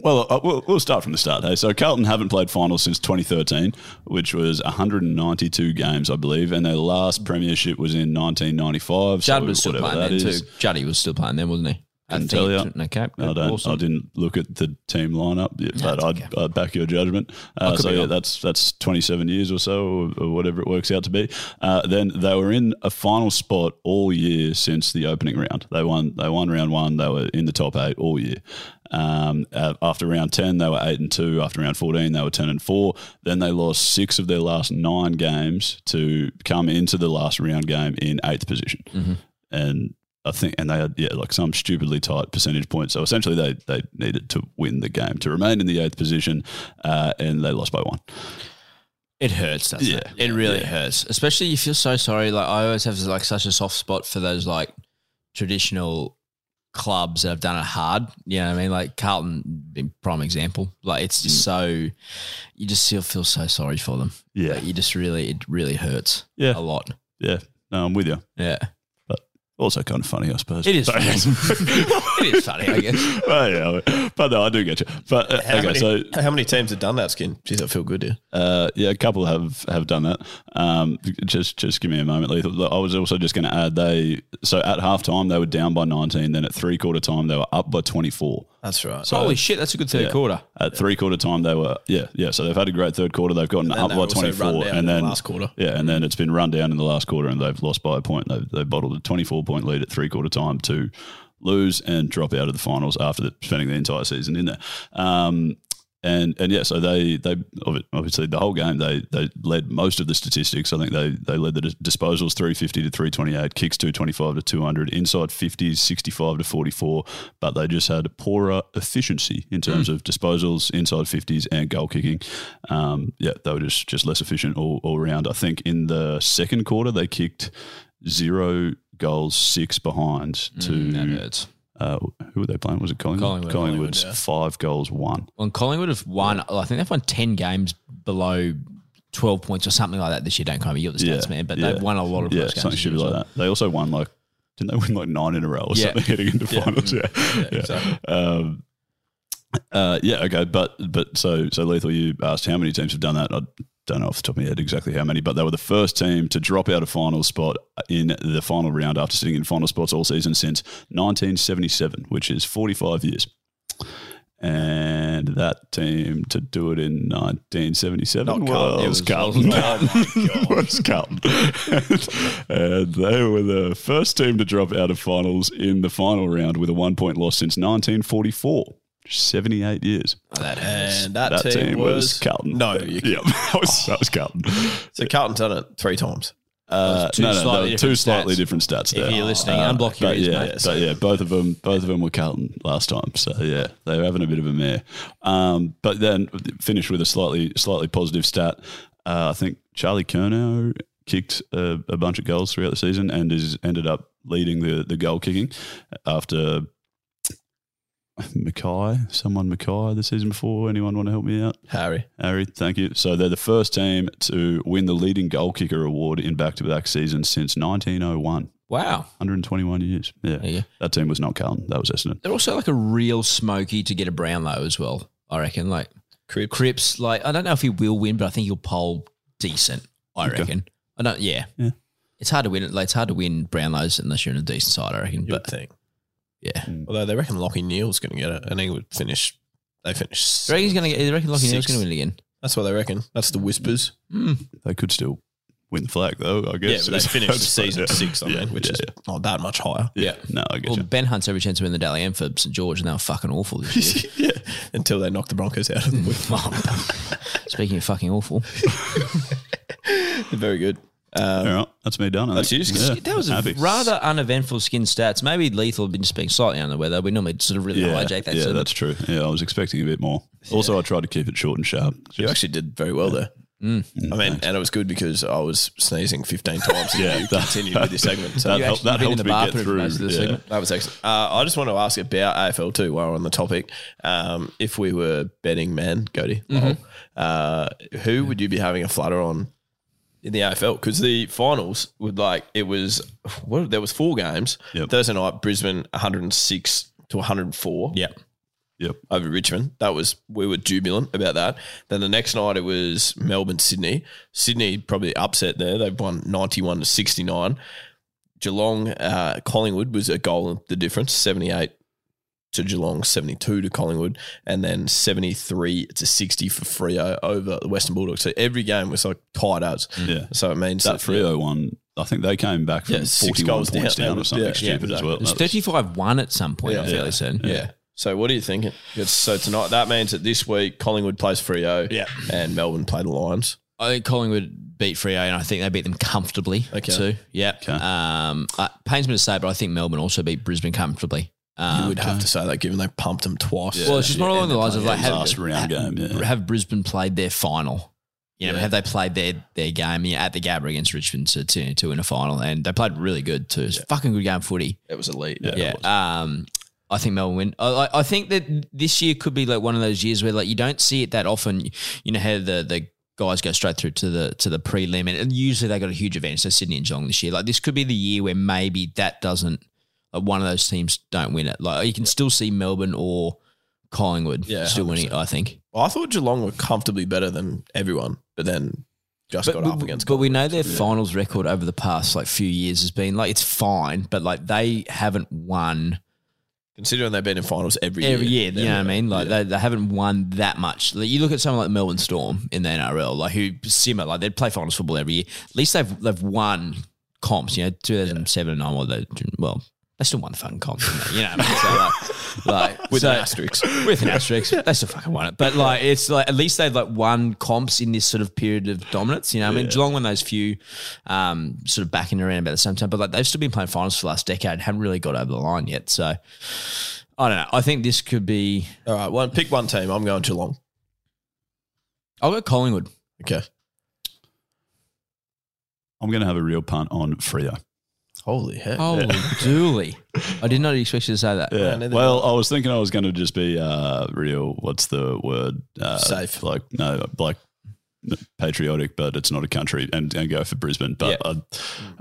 [SPEAKER 3] well, uh, we'll, we'll start from the start. Hey, so Carlton haven't played finals since 2013, which was 192 games, I believe, and their last premiership was in 1995.
[SPEAKER 5] Judd
[SPEAKER 3] so
[SPEAKER 5] was still
[SPEAKER 3] whatever
[SPEAKER 5] playing
[SPEAKER 3] that
[SPEAKER 5] then,
[SPEAKER 3] is.
[SPEAKER 5] too. Juddy was still playing then, wasn't he? I
[SPEAKER 3] Couldn't
[SPEAKER 5] think
[SPEAKER 3] tell ya.
[SPEAKER 5] Okay.
[SPEAKER 3] I don't.
[SPEAKER 5] Awesome.
[SPEAKER 3] I didn't look at the team lineup, yet, but
[SPEAKER 5] it's
[SPEAKER 3] I'd, I'd back your judgment. Uh,
[SPEAKER 5] could
[SPEAKER 3] so
[SPEAKER 5] be
[SPEAKER 3] yeah,
[SPEAKER 5] wrong.
[SPEAKER 3] that's that's 27 years or so, or, or whatever it works out to be. Uh, then they were in a final spot all year since the opening round. They won. They won round one. They were in the top eight all year. Um, uh, after round 10, they were 8 and 2. After round 14, they were 10 and 4. Then they lost six of their last nine games to come into the last round game in eighth position
[SPEAKER 5] Mm-hmm.
[SPEAKER 3] and I think and they had yeah like some stupidly tight percentage points. So essentially they they needed to win the game to remain in the eighth position, uh, and they lost by one.
[SPEAKER 5] It hurts, doesn't it?
[SPEAKER 3] Yeah.
[SPEAKER 5] It really
[SPEAKER 3] Yeah.
[SPEAKER 5] hurts, especially you feel so sorry. Like I always have like such a soft spot for those like traditional clubs that have done it hard. You know what I mean? Like Carlton, being prime example. Like it's just
[SPEAKER 3] Mm.
[SPEAKER 5] so, you just still feel so sorry for them.
[SPEAKER 3] Yeah.
[SPEAKER 5] Like, you just really, it really hurts.
[SPEAKER 3] Yeah.
[SPEAKER 5] a lot.
[SPEAKER 3] Yeah. No, I'm with you.
[SPEAKER 5] Yeah,
[SPEAKER 3] But also kind of funny, I suppose.
[SPEAKER 5] it is.
[SPEAKER 3] But-
[SPEAKER 5] Funny. <laughs> it is funny, I guess.
[SPEAKER 3] <laughs> Well, yeah, but no, I do get you. But uh,
[SPEAKER 6] How,
[SPEAKER 3] okay,
[SPEAKER 6] many,
[SPEAKER 3] so
[SPEAKER 6] how many teams have done that skin? Jeez, I feel good here.
[SPEAKER 3] Uh, yeah, a couple have have done that. Um, just just give me a moment, Lethal. Look, I was also just going to add they so at halftime they were down by 19, then at three quarter time they were up by 24.
[SPEAKER 6] That's right.
[SPEAKER 3] So
[SPEAKER 5] Holy shit, that's a good third
[SPEAKER 3] yeah.
[SPEAKER 5] quarter.
[SPEAKER 3] At three quarter time they were yeah yeah so they've had a great third quarter. They've gotten
[SPEAKER 6] And then
[SPEAKER 3] up
[SPEAKER 6] they
[SPEAKER 3] by
[SPEAKER 6] were also
[SPEAKER 3] 24,
[SPEAKER 6] run down
[SPEAKER 3] and
[SPEAKER 6] in the
[SPEAKER 3] then
[SPEAKER 6] last quarter.
[SPEAKER 3] yeah, and then it's been run down in the last quarter, and they've lost by a point. They they bottled a 24 point lead at three quarter time to lose and drop out of the finals after the, spending the entire season in there. Um, and and yeah, so they they obvi- obviously the whole game they they led most of the statistics. I think they they led the dis- disposals 350 to 328, kicks 225 to 200, inside 50s 65 to 44, but they just had poorer efficiency in terms
[SPEAKER 5] Mm.
[SPEAKER 3] of disposals, inside 50s, and goal kicking. Um, yeah, they were just just less efficient all all round. I think in the second quarter they kicked zero goals, six behind to
[SPEAKER 5] Mm, That hurts.
[SPEAKER 3] uh, who were they playing? Was it Collingwood?
[SPEAKER 5] Collingwood.
[SPEAKER 3] Collingwood's five goals, one.
[SPEAKER 5] Well, Collingwood have won. I think they've won ten games below twelve points or something like that this year. Don't quote me. You're the stats man, but
[SPEAKER 3] yeah.
[SPEAKER 5] they've won a lot of
[SPEAKER 3] yeah,
[SPEAKER 5] close games.
[SPEAKER 3] something
[SPEAKER 5] this
[SPEAKER 3] should be
[SPEAKER 5] year as
[SPEAKER 3] like
[SPEAKER 5] well.
[SPEAKER 3] that. They also won like didn't they win like nine in a row or
[SPEAKER 5] <laughs> Yeah.
[SPEAKER 3] something heading into finals? Yeah, yeah. Um, uh, yeah, okay, but but so so lethal. You asked how many teams have done that. I don't know off the top of my head exactly how many, but they were the first team to drop out of final spot in the final round after sitting in final spots all season since 1977, which is 45 years. And that team to do it in 1977
[SPEAKER 6] Not Carlton, <laughs>
[SPEAKER 3] was,
[SPEAKER 6] it was-
[SPEAKER 3] Carlton. <laughs>
[SPEAKER 6] Oh my God.
[SPEAKER 3] was Carlton. <laughs> and, and they were the first team to drop out of finals in the final round with a one point loss since 1944. 78 years.
[SPEAKER 5] That hurts.
[SPEAKER 6] And
[SPEAKER 3] <laughs>
[SPEAKER 6] that, team, was,
[SPEAKER 3] Carlton.
[SPEAKER 6] No, you
[SPEAKER 3] yeah, <laughs> that was, that was Carlton.
[SPEAKER 6] so Carlton's done it three times.
[SPEAKER 3] Uh,
[SPEAKER 5] Those two
[SPEAKER 3] no, no,
[SPEAKER 5] slightly
[SPEAKER 3] there were two
[SPEAKER 5] different
[SPEAKER 3] slightly
[SPEAKER 5] stats.
[SPEAKER 3] different stats.
[SPEAKER 5] If
[SPEAKER 3] there. Uh,
[SPEAKER 5] you're listening, unblock your
[SPEAKER 3] but
[SPEAKER 5] ears,
[SPEAKER 3] yeah,
[SPEAKER 5] mate.
[SPEAKER 3] but yeah, both of them, both of them were Carlton last time. So yeah, they were having a bit of a mare. Um, but then finished with a slightly, slightly positive stat. Uh, I think Charlie Kernow kicked a, a bunch of goals throughout the season and is ended up leading the the goal kicking after Mackay, someone Mackay the season before. Anyone want to help me out?
[SPEAKER 6] Harry.
[SPEAKER 3] Harry, thank you. So they're the first team to win the leading goal kicker award in back-to-back seasons since 1901.
[SPEAKER 5] Wow.
[SPEAKER 3] 121 years. Yeah.
[SPEAKER 5] There you go.
[SPEAKER 3] That team was not Carlton. That was Essendon.
[SPEAKER 5] They're also like a real smoky to get a Brownlow as well. I reckon. Like
[SPEAKER 6] Cripps.
[SPEAKER 5] Cripps, like I don't know if he will win, but I think he'll poll decent. I
[SPEAKER 3] Okay.
[SPEAKER 5] reckon. I don't. Yeah.
[SPEAKER 3] Yeah.
[SPEAKER 5] It's hard to win. Like, it's hard to win Brownlows unless you're in a decent side. I reckon.
[SPEAKER 6] You would
[SPEAKER 5] But
[SPEAKER 6] think.
[SPEAKER 5] yeah.
[SPEAKER 6] Although they reckon Lockie Neal's going to get it, and he would finish. They finish.
[SPEAKER 5] Do you reckon he's gonna get? Do you reckon Lockie Neal's
[SPEAKER 6] Six.
[SPEAKER 5] gonna win again?
[SPEAKER 6] That's what they reckon. That's the whispers.
[SPEAKER 3] They could still win the flag, though, I
[SPEAKER 6] Yeah,
[SPEAKER 3] guess.
[SPEAKER 6] but
[SPEAKER 3] <laughs>
[SPEAKER 6] they finished the season
[SPEAKER 3] Yeah.
[SPEAKER 6] six, I
[SPEAKER 3] yeah,
[SPEAKER 6] mean, which
[SPEAKER 3] yeah,
[SPEAKER 6] is not that much higher.
[SPEAKER 3] yeah. Yeah. No, I guess.
[SPEAKER 5] Well, Ben Hunt's every chance to win the Daly M for St George, and they were fucking awful this year.
[SPEAKER 6] <laughs> yeah, until they knock the Broncos out of
[SPEAKER 5] <laughs>
[SPEAKER 6] the
[SPEAKER 5] Speaking of fucking awful,
[SPEAKER 6] Very good. Um,
[SPEAKER 3] All right. That's me done. I
[SPEAKER 6] That's
[SPEAKER 3] think.
[SPEAKER 6] you, Skins.
[SPEAKER 5] that was a
[SPEAKER 3] Happy.
[SPEAKER 5] rather uneventful skin stats. Maybe Lethal had been just being slightly under the weather. We normally sort of really
[SPEAKER 3] Yeah,
[SPEAKER 5] hijack that.
[SPEAKER 3] yeah
[SPEAKER 5] sort of-
[SPEAKER 3] that's true. Yeah, I was expecting a bit more. Also, I tried to keep it short and sharp.
[SPEAKER 6] You
[SPEAKER 3] Just-
[SPEAKER 6] actually did very well there.
[SPEAKER 3] Mm,
[SPEAKER 6] I mean, and it was good because I was sneezing 15 times and
[SPEAKER 3] <laughs> Yeah,
[SPEAKER 6] you
[SPEAKER 3] that-
[SPEAKER 6] continued with your segment. So
[SPEAKER 3] <laughs> that
[SPEAKER 5] You
[SPEAKER 3] helped,
[SPEAKER 5] actually
[SPEAKER 3] that
[SPEAKER 5] been in
[SPEAKER 3] helped
[SPEAKER 5] the
[SPEAKER 3] me get
[SPEAKER 5] bathroom
[SPEAKER 3] through.
[SPEAKER 5] most of the
[SPEAKER 3] yeah.
[SPEAKER 5] segment.
[SPEAKER 6] that was excellent. Uh, I just want to ask about AFL too while we're on the topic. Um, if we were betting man, Cody,
[SPEAKER 3] Mm-hmm.
[SPEAKER 6] lol, uh, who would you be having a flutter on in the AFL? Because the finals would like, it was, what, there was four games.
[SPEAKER 3] Yep.
[SPEAKER 6] Thursday night, Brisbane 106 to 104. Yeah
[SPEAKER 3] Yep.
[SPEAKER 6] over Richmond. That was we were jubilant about that. Then the next night it was Melbourne Sydney. Sydney probably upset there. They've won ninety one to sixty nine. Geelong uh, Collingwood was a goal the difference seventy eight to Geelong, seventy two to Collingwood, and then seventy three to sixty for Frio over the Western Bulldogs. So every game was like tied ups.
[SPEAKER 3] Yeah.
[SPEAKER 6] So Mm. it means
[SPEAKER 3] That Frio one, I think they came back from
[SPEAKER 6] Yeah, six
[SPEAKER 3] 41
[SPEAKER 6] goals
[SPEAKER 3] points
[SPEAKER 6] down.
[SPEAKER 3] down, or something
[SPEAKER 6] Yeah,
[SPEAKER 3] stupid
[SPEAKER 6] yeah,
[SPEAKER 3] as well.
[SPEAKER 5] It was
[SPEAKER 3] That was-
[SPEAKER 5] 35 1 at some point,
[SPEAKER 6] Yeah.
[SPEAKER 5] I'm fairly certain.
[SPEAKER 6] Yeah. So what are you thinking? Good. So tonight that means that this week Collingwood plays Frio,
[SPEAKER 3] Yeah.
[SPEAKER 6] and Melbourne play the Lions.
[SPEAKER 5] I think Collingwood beat Frio, and I think they beat them comfortably,
[SPEAKER 6] Okay.
[SPEAKER 5] too. Yeah.
[SPEAKER 3] Okay.
[SPEAKER 5] Um, uh, pains me to say, but I think Melbourne also beat Brisbane comfortably. Um,
[SPEAKER 6] You would have
[SPEAKER 3] Uh-huh.
[SPEAKER 6] to say that given they pumped them twice.
[SPEAKER 5] Well, it's just more along the lines of like have,
[SPEAKER 3] last round
[SPEAKER 5] ha-
[SPEAKER 3] game, yeah.
[SPEAKER 5] have Brisbane played their final? You know, have they played their their game yeah, at the Gabba against Richmond to to, to win a final? And they played really good too. It's fucking good game of footy.
[SPEAKER 6] it was elite.
[SPEAKER 5] Yeah. Um, I think Melbourne win. I, I- I think that this year could be like one of those years where like you don't see it that often. You know how the the guys go straight through to the to the prelim, and usually they got a huge advantage. So Sydney and Geelong this year, like this could be the year where maybe that doesn't. Like one of those teams don't win it. Like you can still see Melbourne or Collingwood
[SPEAKER 6] Yeah,
[SPEAKER 5] still winning. it, I think.
[SPEAKER 6] Well, I thought Geelong were comfortably better than everyone, but then just got
[SPEAKER 5] but,
[SPEAKER 6] up against.
[SPEAKER 5] But we know their
[SPEAKER 6] Collingwood, so-
[SPEAKER 5] finals record over the past like few years has been like it's fine, but like they haven't won
[SPEAKER 6] considering they've been in finals every
[SPEAKER 5] every year.
[SPEAKER 6] year.
[SPEAKER 5] you know what I mean? Like they, they haven't won that much. Like, you look at someone like Melbourne Storm in the NRL, like who similar, like they'd play finals football every year. At least they've they've won comps. You know, two thousand seven and nine. Well, they, well, they still won the fucking comps. didn't they? You know, what I mean?
[SPEAKER 6] <laughs>
[SPEAKER 5] so, like, like
[SPEAKER 6] With
[SPEAKER 5] so-
[SPEAKER 6] an asterisk.
[SPEAKER 5] with an asterisk, they still fucking won it. But like, it's like at least they've like won comps in this sort of period of dominance. You know, what I mean,
[SPEAKER 3] Yeah.
[SPEAKER 5] Geelong won those few, um, sort of back and around about the same time. But like, they've still been playing finals for the last decade, and haven't really got over the line yet. So. I don't know. I think this could be.
[SPEAKER 6] All right, one pick one team. I'm going Geelong.
[SPEAKER 5] I'll go Collingwood.
[SPEAKER 6] Okay.
[SPEAKER 3] I'm going to have a real punt on Frio.
[SPEAKER 6] Holy heck.
[SPEAKER 5] Holy <laughs> dooly. I did not expect you to say that.
[SPEAKER 3] Yeah.
[SPEAKER 6] neither
[SPEAKER 3] well, I was thinking I was going to just be uh, real. What's the word? Uh,
[SPEAKER 6] Safe.
[SPEAKER 3] Like no, like patriotic, but it's not a country, and, and go for Brisbane, but uh,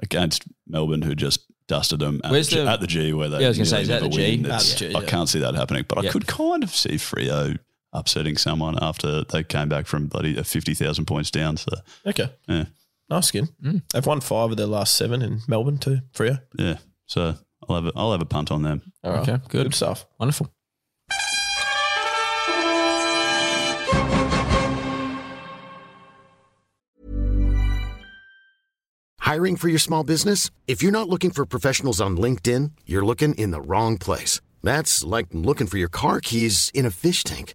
[SPEAKER 3] against Melbourne, who just dusted them at,
[SPEAKER 5] Where's
[SPEAKER 3] the, G-
[SPEAKER 5] the-
[SPEAKER 3] at the G, where they.
[SPEAKER 5] Yeah, I was gonna say, is
[SPEAKER 3] nearly
[SPEAKER 5] that the
[SPEAKER 3] never
[SPEAKER 5] G?
[SPEAKER 3] win.
[SPEAKER 5] At
[SPEAKER 3] It's-
[SPEAKER 6] the G,
[SPEAKER 3] I
[SPEAKER 6] yeah.
[SPEAKER 3] can't see that happening, but
[SPEAKER 5] Yeah.
[SPEAKER 3] I could kind of see Frio upsetting someone after they came back from bloody uh, fifty thousand points down. So
[SPEAKER 6] Okay.
[SPEAKER 3] Yeah.
[SPEAKER 6] Nice skin. They've won five of their last seven in Melbourne too. Frio.
[SPEAKER 3] yeah, so I'll have a, I'll have a punt on them.
[SPEAKER 6] All right.
[SPEAKER 5] Okay, good.
[SPEAKER 6] good stuff.
[SPEAKER 5] Wonderful.
[SPEAKER 8] Hiring for your small business? If you're not looking for professionals on LinkedIn, you're looking in the wrong place. That's like looking for your car keys in a fish tank.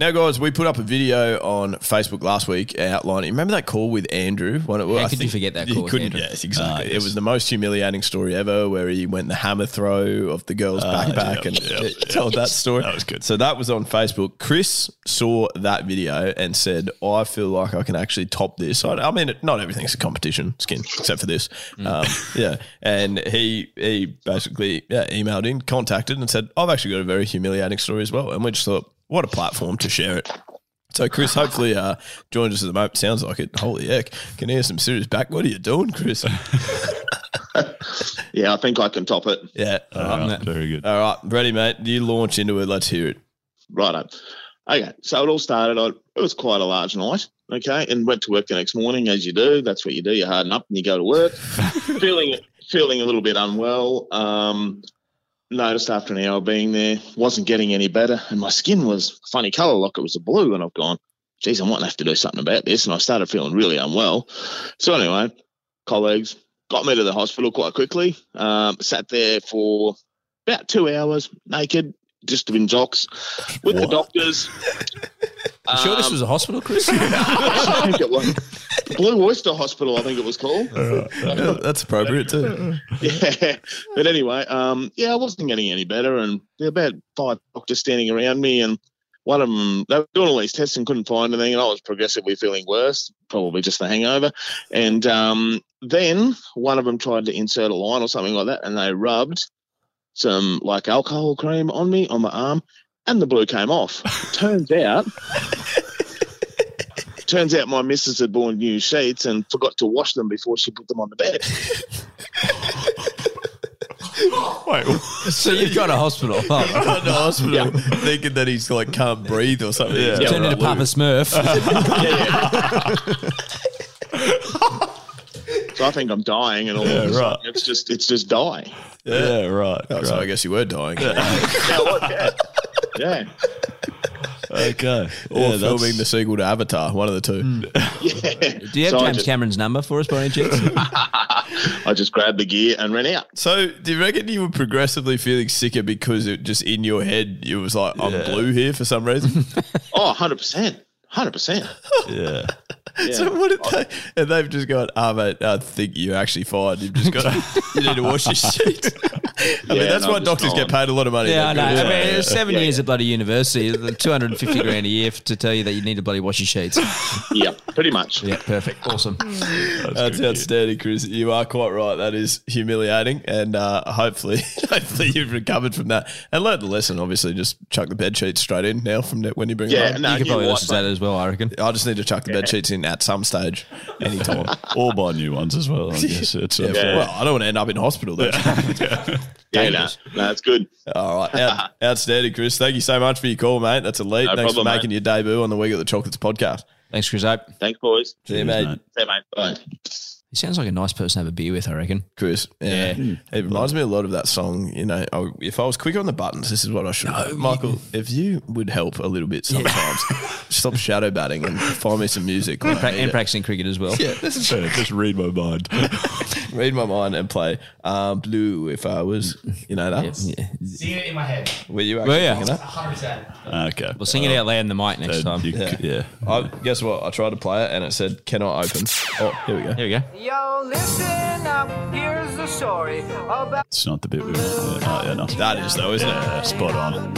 [SPEAKER 6] Now, guys, we put up a video on Facebook last week outlining. Remember that call with Andrew? When it, well,
[SPEAKER 5] How
[SPEAKER 6] I
[SPEAKER 5] could you
[SPEAKER 6] think-
[SPEAKER 5] forget that
[SPEAKER 6] you
[SPEAKER 5] call with
[SPEAKER 6] couldn't-
[SPEAKER 5] Andrew?
[SPEAKER 6] Yes, exactly.
[SPEAKER 3] Ah,
[SPEAKER 6] It
[SPEAKER 3] yes.
[SPEAKER 6] was the most humiliating story ever, where he went the hammer throw of the girl's
[SPEAKER 3] Ah,
[SPEAKER 6] backpack
[SPEAKER 3] yep,
[SPEAKER 6] and
[SPEAKER 3] yep, yep.
[SPEAKER 6] told that story.
[SPEAKER 3] That was good.
[SPEAKER 6] So that was on Facebook. Chris saw that video and said, "I feel like I can actually top this." I, I mean, not everything's a competition, skin, except for this.
[SPEAKER 3] Mm.
[SPEAKER 6] Um, yeah, and he he basically yeah, emailed in, contacted, and said, "I've actually got a very humiliating story as well." And we just thought, what a platform to share it. So Chris, hopefully, uh, joined us at the moment. Sounds like it. Holy heck! Can hear some serious back. What are you doing,
[SPEAKER 3] <laughs>
[SPEAKER 6] Chris?
[SPEAKER 9] Yeah, I think I can top it.
[SPEAKER 6] yeah. All right.
[SPEAKER 3] Alright, very good.
[SPEAKER 6] All right, ready, mate. You launch into it. Let's hear it.
[SPEAKER 9] Right up. Okay, so it all started. I, it was quite a large night. Okay, and went to work the next morning, as you do. That's what you do. You harden up and you go to work, feeling feeling a little bit unwell. Um, noticed after an hour being there, wasn't getting any better, and my skin was a funny color, like it was a blue. And I've gone, geez, I might have to do something about this. And I started feeling really unwell. So anyway, colleagues got me to the hospital quite quickly. Um, sat there for about two hours, naked, just in jocks, with the doctors.
[SPEAKER 5] You sure this
[SPEAKER 9] Um,
[SPEAKER 5] was a hospital,
[SPEAKER 6] <laughs>
[SPEAKER 5] Chris?
[SPEAKER 9] I think it was Blue Oyster Hospital, I think it was called.
[SPEAKER 6] Yeah, that's appropriate too.
[SPEAKER 9] yeah. But anyway, um, yeah, I wasn't getting any better, and there were about five doctors standing around me, and one of them they were doing all these tests and couldn't find anything, and I was progressively feeling worse, probably just the hangover. And um, then one of them tried to insert a line or something like that, and they rubbed some like alcohol cream on me on my arm, and the blue came off. turns out. Turns out my missus had bought new sheets and forgot to wash them before she put them on the bed.
[SPEAKER 6] Wait,
[SPEAKER 5] so you've got a hospital.
[SPEAKER 9] <laughs>
[SPEAKER 5] Oh.
[SPEAKER 6] You've gone to hospital thinking that he's like can't breathe or something.
[SPEAKER 5] Yeah. Turned into Papa Smurf.
[SPEAKER 9] So I think I'm dying, and all
[SPEAKER 6] Yeah,
[SPEAKER 9] of a sudden
[SPEAKER 6] right.
[SPEAKER 9] it's just it's just die.
[SPEAKER 6] Yeah, right. So I guess you were dying.
[SPEAKER 9] Yeah,
[SPEAKER 3] <laughs>
[SPEAKER 6] okay. Or
[SPEAKER 5] Yeah, that's-
[SPEAKER 6] filming the sequel to Avatar, one of the two.
[SPEAKER 5] Do
[SPEAKER 9] <laughs>
[SPEAKER 5] you have
[SPEAKER 6] So I
[SPEAKER 5] James
[SPEAKER 6] just-
[SPEAKER 5] Cameron's number for us, by any chance?
[SPEAKER 9] I just grabbed the gear and ran out.
[SPEAKER 6] So, do you reckon you were progressively feeling sicker because it just in your head it was like I'm
[SPEAKER 9] Yeah.
[SPEAKER 6] blue here for some reason?
[SPEAKER 9] <laughs> Oh, 100 percent, hundred percent.
[SPEAKER 6] yeah. So what did they? And they've just gone, ah, mate, I think you're actually fine. You've just got, <laughs> you need to wash your sheets. <laughs> I mean,
[SPEAKER 5] Yeah,
[SPEAKER 6] that's
[SPEAKER 5] no,
[SPEAKER 6] why
[SPEAKER 5] I'm just
[SPEAKER 6] doctors get
[SPEAKER 5] gone.
[SPEAKER 6] paid a lot of money.
[SPEAKER 5] Yeah, I know.
[SPEAKER 6] They're
[SPEAKER 5] I
[SPEAKER 6] good.
[SPEAKER 5] mean,
[SPEAKER 6] Yeah, yeah.
[SPEAKER 5] it's seven
[SPEAKER 6] Yeah,
[SPEAKER 5] years at bloody university, the 250 grand a year to tell you that you need to bloody wash your sheets.
[SPEAKER 9] yeah, pretty much.
[SPEAKER 5] Yeah, perfect. Awesome.
[SPEAKER 6] That's outstanding, Chris. You are quite right. That is humiliating, and uh, hopefully, <laughs> hopefully you've recovered from that and learned the lesson. Obviously, just chuck the bed sheets straight in now from ne- when you bring.
[SPEAKER 5] Yeah,
[SPEAKER 6] it home.
[SPEAKER 5] no, You could you probably know listen to what, that
[SPEAKER 6] as well. I reckon. I just need to chuck the bed sheets in at some stage, anytime, <laughs> or buy new ones as well. <laughs>
[SPEAKER 3] I guess. It's, uh,
[SPEAKER 6] Well, I don't want to end up in hospital. Though. <laughs>
[SPEAKER 9] Yeah, no, no, that's good.
[SPEAKER 6] All right, <laughs> Out- outstanding, Chris. Thank you so much for your call, mate. That's elite.
[SPEAKER 9] No
[SPEAKER 6] Thanks
[SPEAKER 9] problem,
[SPEAKER 6] for making your debut on the Week at the Chocolates podcast.
[SPEAKER 5] Thanks, Chris. Ope.
[SPEAKER 9] Thanks, boys.
[SPEAKER 6] See you, mate.
[SPEAKER 9] See you, mate. Bye.
[SPEAKER 5] He sounds like a nice person to have a beer with, I reckon.
[SPEAKER 6] Chris. Yeah. Hmm. It reminds me a lot of that song. You know, I, if I was quicker on the buttons, this is what I should have. done. Michael, if you would help a little bit sometimes, <laughs> stop shadow batting and find me some music. when I
[SPEAKER 5] Pra-
[SPEAKER 6] need
[SPEAKER 5] and
[SPEAKER 6] it.
[SPEAKER 5] practicing cricket as well.
[SPEAKER 6] Yeah, this is <laughs> Just read my mind. <laughs> read my mind and play uh, Blue if I was, you know, that.
[SPEAKER 10] Seeing it in my head.
[SPEAKER 6] Were you actually
[SPEAKER 10] Were ya?
[SPEAKER 6] thinking that?
[SPEAKER 10] 100%.
[SPEAKER 6] Okay. We'll
[SPEAKER 5] sing it out loud in the mic
[SPEAKER 3] Uh,
[SPEAKER 5] next time.
[SPEAKER 6] yeah. I, guess what? I tried to play it and it said cannot open. Oh, here we go. Here we go.
[SPEAKER 11] Yo, listen up. Here's the story about
[SPEAKER 3] It's not the bit we want. Oh, Yeah, yeah, no. That is though, isn't it? Spot on.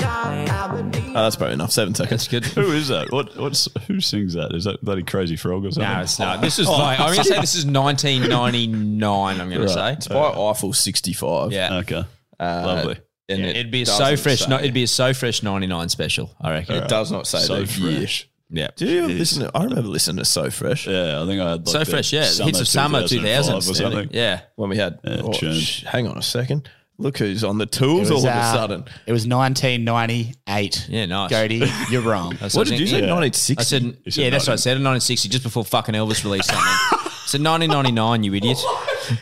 [SPEAKER 6] Oh, that's probably enough. Seven seconds.
[SPEAKER 5] That's good.
[SPEAKER 3] <laughs> Who is that? What? What's? Who sings that? Is that bloody Crazy Frog or something?
[SPEAKER 5] No, it's not. This is like, I'm going to say this is 1999, I'm going
[SPEAKER 6] Right.
[SPEAKER 5] to say.
[SPEAKER 6] It's by Eiffel 65.
[SPEAKER 5] Yeah.
[SPEAKER 3] Okay.
[SPEAKER 6] Lovely. And it
[SPEAKER 5] it'd be a
[SPEAKER 6] doesn't
[SPEAKER 5] so fresh.
[SPEAKER 6] say.
[SPEAKER 5] No, it'd be a so fresh ninety nine special. I reckon
[SPEAKER 6] It does not say the year.
[SPEAKER 5] Yeah.
[SPEAKER 6] Do you ever listen to? I remember listening to So Fresh.
[SPEAKER 3] Yeah, I think I had
[SPEAKER 5] So Fresh, yeah. Hits of Summer 2000 or something. Yeah.
[SPEAKER 6] When we had. oh,
[SPEAKER 3] tune.
[SPEAKER 6] sh- hang on a second. Look who's on the tools
[SPEAKER 10] It was,
[SPEAKER 6] all of a
[SPEAKER 10] uh,
[SPEAKER 6] sudden.
[SPEAKER 10] It was 1998.
[SPEAKER 5] Yeah, nice.
[SPEAKER 10] Cody,
[SPEAKER 5] <laughs>
[SPEAKER 10] you're wrong.
[SPEAKER 5] That's I think- yeah. I said,
[SPEAKER 10] You said
[SPEAKER 5] yeah, that's what I
[SPEAKER 10] 19.
[SPEAKER 5] said. In 1960, just before fucking Elvis released something. I said 1999, you idiot.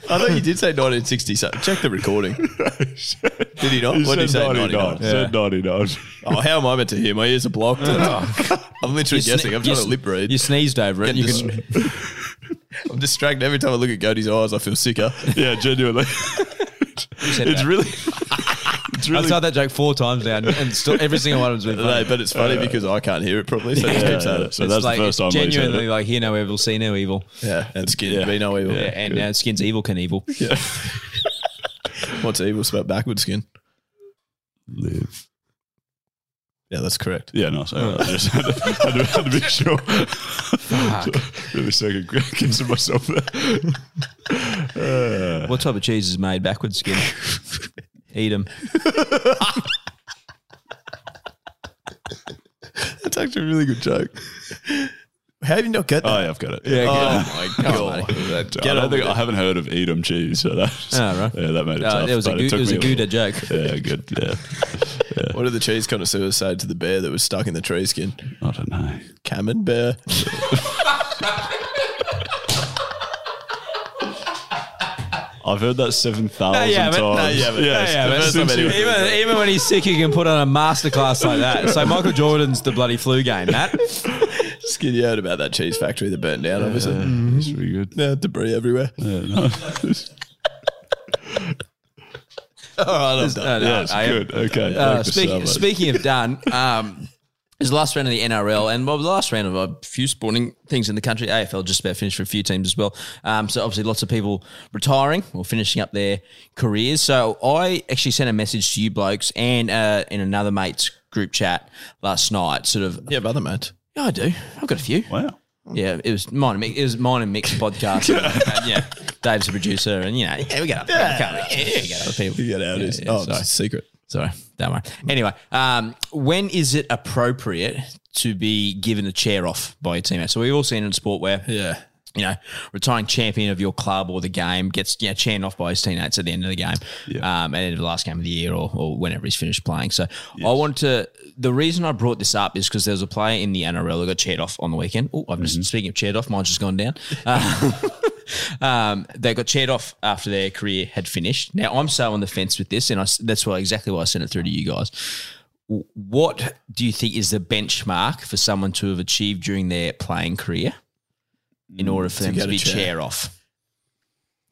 [SPEAKER 6] I thought you did say 1960. So check the recording. did he not?
[SPEAKER 3] He
[SPEAKER 6] what did he
[SPEAKER 3] said
[SPEAKER 6] say?
[SPEAKER 3] 99.
[SPEAKER 6] 99.
[SPEAKER 3] Said
[SPEAKER 6] 99. Oh, how am I meant to hear? My ears are blocked. I'm literally
[SPEAKER 5] You sne-
[SPEAKER 6] guessing. I'm
[SPEAKER 5] you
[SPEAKER 6] trying to
[SPEAKER 5] sne-
[SPEAKER 6] lip read.
[SPEAKER 5] You sneezed over it.
[SPEAKER 6] Get
[SPEAKER 5] You
[SPEAKER 6] dis- <laughs>
[SPEAKER 5] can,
[SPEAKER 6] I'm distracted every time I look at Cody's eyes. I feel sicker. Yeah, genuinely.
[SPEAKER 5] It's
[SPEAKER 6] really.
[SPEAKER 5] I've tried that joke four times now, and- and still every single one of them's been funny.
[SPEAKER 6] but it's funny because I can't hear it properly. So,
[SPEAKER 5] Yeah,
[SPEAKER 6] just
[SPEAKER 5] yeah,
[SPEAKER 6] keep saying
[SPEAKER 5] yeah.
[SPEAKER 6] it.
[SPEAKER 5] It's like, it's Genuinely, like hear no evil, see no evil.
[SPEAKER 6] Yeah, and skin be no evil.
[SPEAKER 5] Yeah, and uh, skin's evil can evil.
[SPEAKER 6] Yeah. What's evil spelled backwards skin? Live. Yeah, that's correct.
[SPEAKER 3] Yeah, no, sorry. I just had to, had to, had to
[SPEAKER 6] <laughs>
[SPEAKER 3] be sure. really second guess of myself there.
[SPEAKER 5] what type of cheese is made backwards skin? Eat them.
[SPEAKER 6] That's actually a really good joke. How have you not got that?
[SPEAKER 3] Oh, yeah, I've got it.
[SPEAKER 6] Yeah,
[SPEAKER 3] oh,
[SPEAKER 6] get it. Come on, mate.
[SPEAKER 3] I
[SPEAKER 6] Get
[SPEAKER 3] don't
[SPEAKER 6] on with
[SPEAKER 3] think I
[SPEAKER 6] it.
[SPEAKER 3] haven't heard of Edam cheese. So that,
[SPEAKER 6] Ah, right.
[SPEAKER 3] <laughs> Yeah, that made it
[SPEAKER 5] Uh,
[SPEAKER 6] Ah,
[SPEAKER 3] tough.
[SPEAKER 6] it was a
[SPEAKER 3] but
[SPEAKER 6] goo-
[SPEAKER 3] took
[SPEAKER 6] it was
[SPEAKER 3] me
[SPEAKER 6] a
[SPEAKER 3] little-
[SPEAKER 6] Gouda joke.
[SPEAKER 3] Yeah, good. Yeah.
[SPEAKER 6] What did the cheese connoisseurs say to the bear that was stuck in the tree skin?
[SPEAKER 3] I don't know.
[SPEAKER 5] <laughs>
[SPEAKER 6] Camembert.
[SPEAKER 3] I've heard that 7,000
[SPEAKER 5] No, you
[SPEAKER 3] times.
[SPEAKER 5] haven't. No, you haven't. No, you haven't. Even, even when he's sick, he can put on a masterclass like that. So Michael Jordan's the bloody flu game, Matt.
[SPEAKER 6] Skinny out about that cheese factory that burnt down, obviously. Mm.
[SPEAKER 3] It's pretty good.
[SPEAKER 6] Yeah, debris everywhere.
[SPEAKER 3] <laughs>
[SPEAKER 6] All right, I'm done.
[SPEAKER 5] no,
[SPEAKER 3] Yeah, it's
[SPEAKER 5] I-
[SPEAKER 3] good. Okay. Thank you
[SPEAKER 5] Uh,
[SPEAKER 3] so
[SPEAKER 5] speak,
[SPEAKER 3] much.
[SPEAKER 5] speaking of done, um, it's the last round of the NRL and well, the last round of a few sporting things in the country. AFL just about finished for a few teams as well. Um, so obviously, lots of people retiring or finishing up their careers. So I actually sent a message to you blokes and uh, in another mate's group chat last night. Sort of,
[SPEAKER 6] yeah, other mate.
[SPEAKER 5] Yeah, I do. I've got a few.
[SPEAKER 3] Wow.
[SPEAKER 5] Yeah, it was mine and Mick. It was mine and Mick's
[SPEAKER 6] <laughs>
[SPEAKER 5] podcast. and, yeah, Dave's the producer, and you know, yeah, we got, yeah. we got, yeah, we got other people.
[SPEAKER 6] You get out. it's- oh, it's a secret.
[SPEAKER 5] Sorry, don't worry. Anyway, um, when is it appropriate to be given a chair off by a teammate? So we've all seen in sport where
[SPEAKER 6] yeah.
[SPEAKER 5] you know, retiring champion of your club or the game gets you know, channed off by his teammates at the end of the game, um, at the end of the last game of the year or, or whenever he's finished playing. So I want to. The reason I brought this up is because there was a player in the NRL who got cheered off on the weekend. Oh, I'm just speaking of cheered off. Mine's just gone down. Uh, um, they got cheered off after their career had finished. Now I'm so on the fence with this, and I s that's why exactly why I sent it through to you guys. W- What do you think is the benchmark for someone to have achieved during their playing career in order
[SPEAKER 6] Mm, To
[SPEAKER 5] for them to,
[SPEAKER 6] get a
[SPEAKER 5] be
[SPEAKER 6] chair.
[SPEAKER 5] chair off?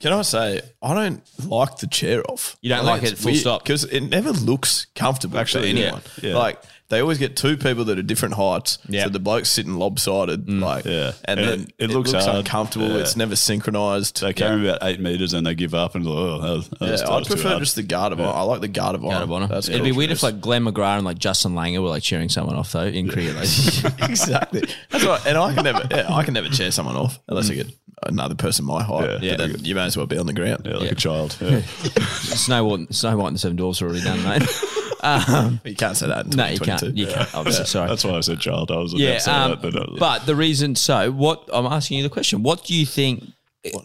[SPEAKER 6] Can I say I don't like the chair off?
[SPEAKER 5] You don't like it, full stop.
[SPEAKER 6] because it never looks comfortable
[SPEAKER 5] Actually,
[SPEAKER 6] to
[SPEAKER 5] yeah.
[SPEAKER 6] anyone.
[SPEAKER 5] Yeah.
[SPEAKER 6] Like they always get two people that are different heights, so the bloke's sitting lopsided,
[SPEAKER 5] Mm,
[SPEAKER 6] like, and
[SPEAKER 3] And
[SPEAKER 6] then
[SPEAKER 3] it, it looks, hard.
[SPEAKER 6] uncomfortable.
[SPEAKER 3] Yeah.
[SPEAKER 6] It's never synchronized.
[SPEAKER 3] They carry about eight meters and they give up and like, oh, that was, that was-
[SPEAKER 6] Yeah,
[SPEAKER 3] that
[SPEAKER 6] I'd
[SPEAKER 3] was too
[SPEAKER 6] prefer
[SPEAKER 3] hard.
[SPEAKER 6] just the guard of honor. I like the guard of honor.
[SPEAKER 5] Out of honor.
[SPEAKER 6] That's
[SPEAKER 5] It'd be
[SPEAKER 6] cool.
[SPEAKER 5] weird if like Glenn McGrath and like Justin Langer were like cheering someone off though in Korea. Like,
[SPEAKER 6] <laughs> exactly. That's right. And I can
[SPEAKER 5] <laughs>
[SPEAKER 6] never, yeah, I can never chair someone off unless I get another person my height. But
[SPEAKER 5] Yeah.
[SPEAKER 6] then you may as well be on the ground,
[SPEAKER 3] yeah, like
[SPEAKER 6] <laughs>
[SPEAKER 3] a child.
[SPEAKER 5] Snow White, Snow White and the Seven Dwarfs are already done,
[SPEAKER 6] <laughs>
[SPEAKER 5] mate. Um,
[SPEAKER 6] you can't say that. In
[SPEAKER 5] no, you can't. You can't. Obviously, sorry.
[SPEAKER 3] That's why I said child. I was about
[SPEAKER 5] yeah,
[SPEAKER 3] to say
[SPEAKER 5] um,
[SPEAKER 3] that, but,
[SPEAKER 5] but,
[SPEAKER 3] uh,
[SPEAKER 5] the reason. So, what I'm asking you the question: What do you think?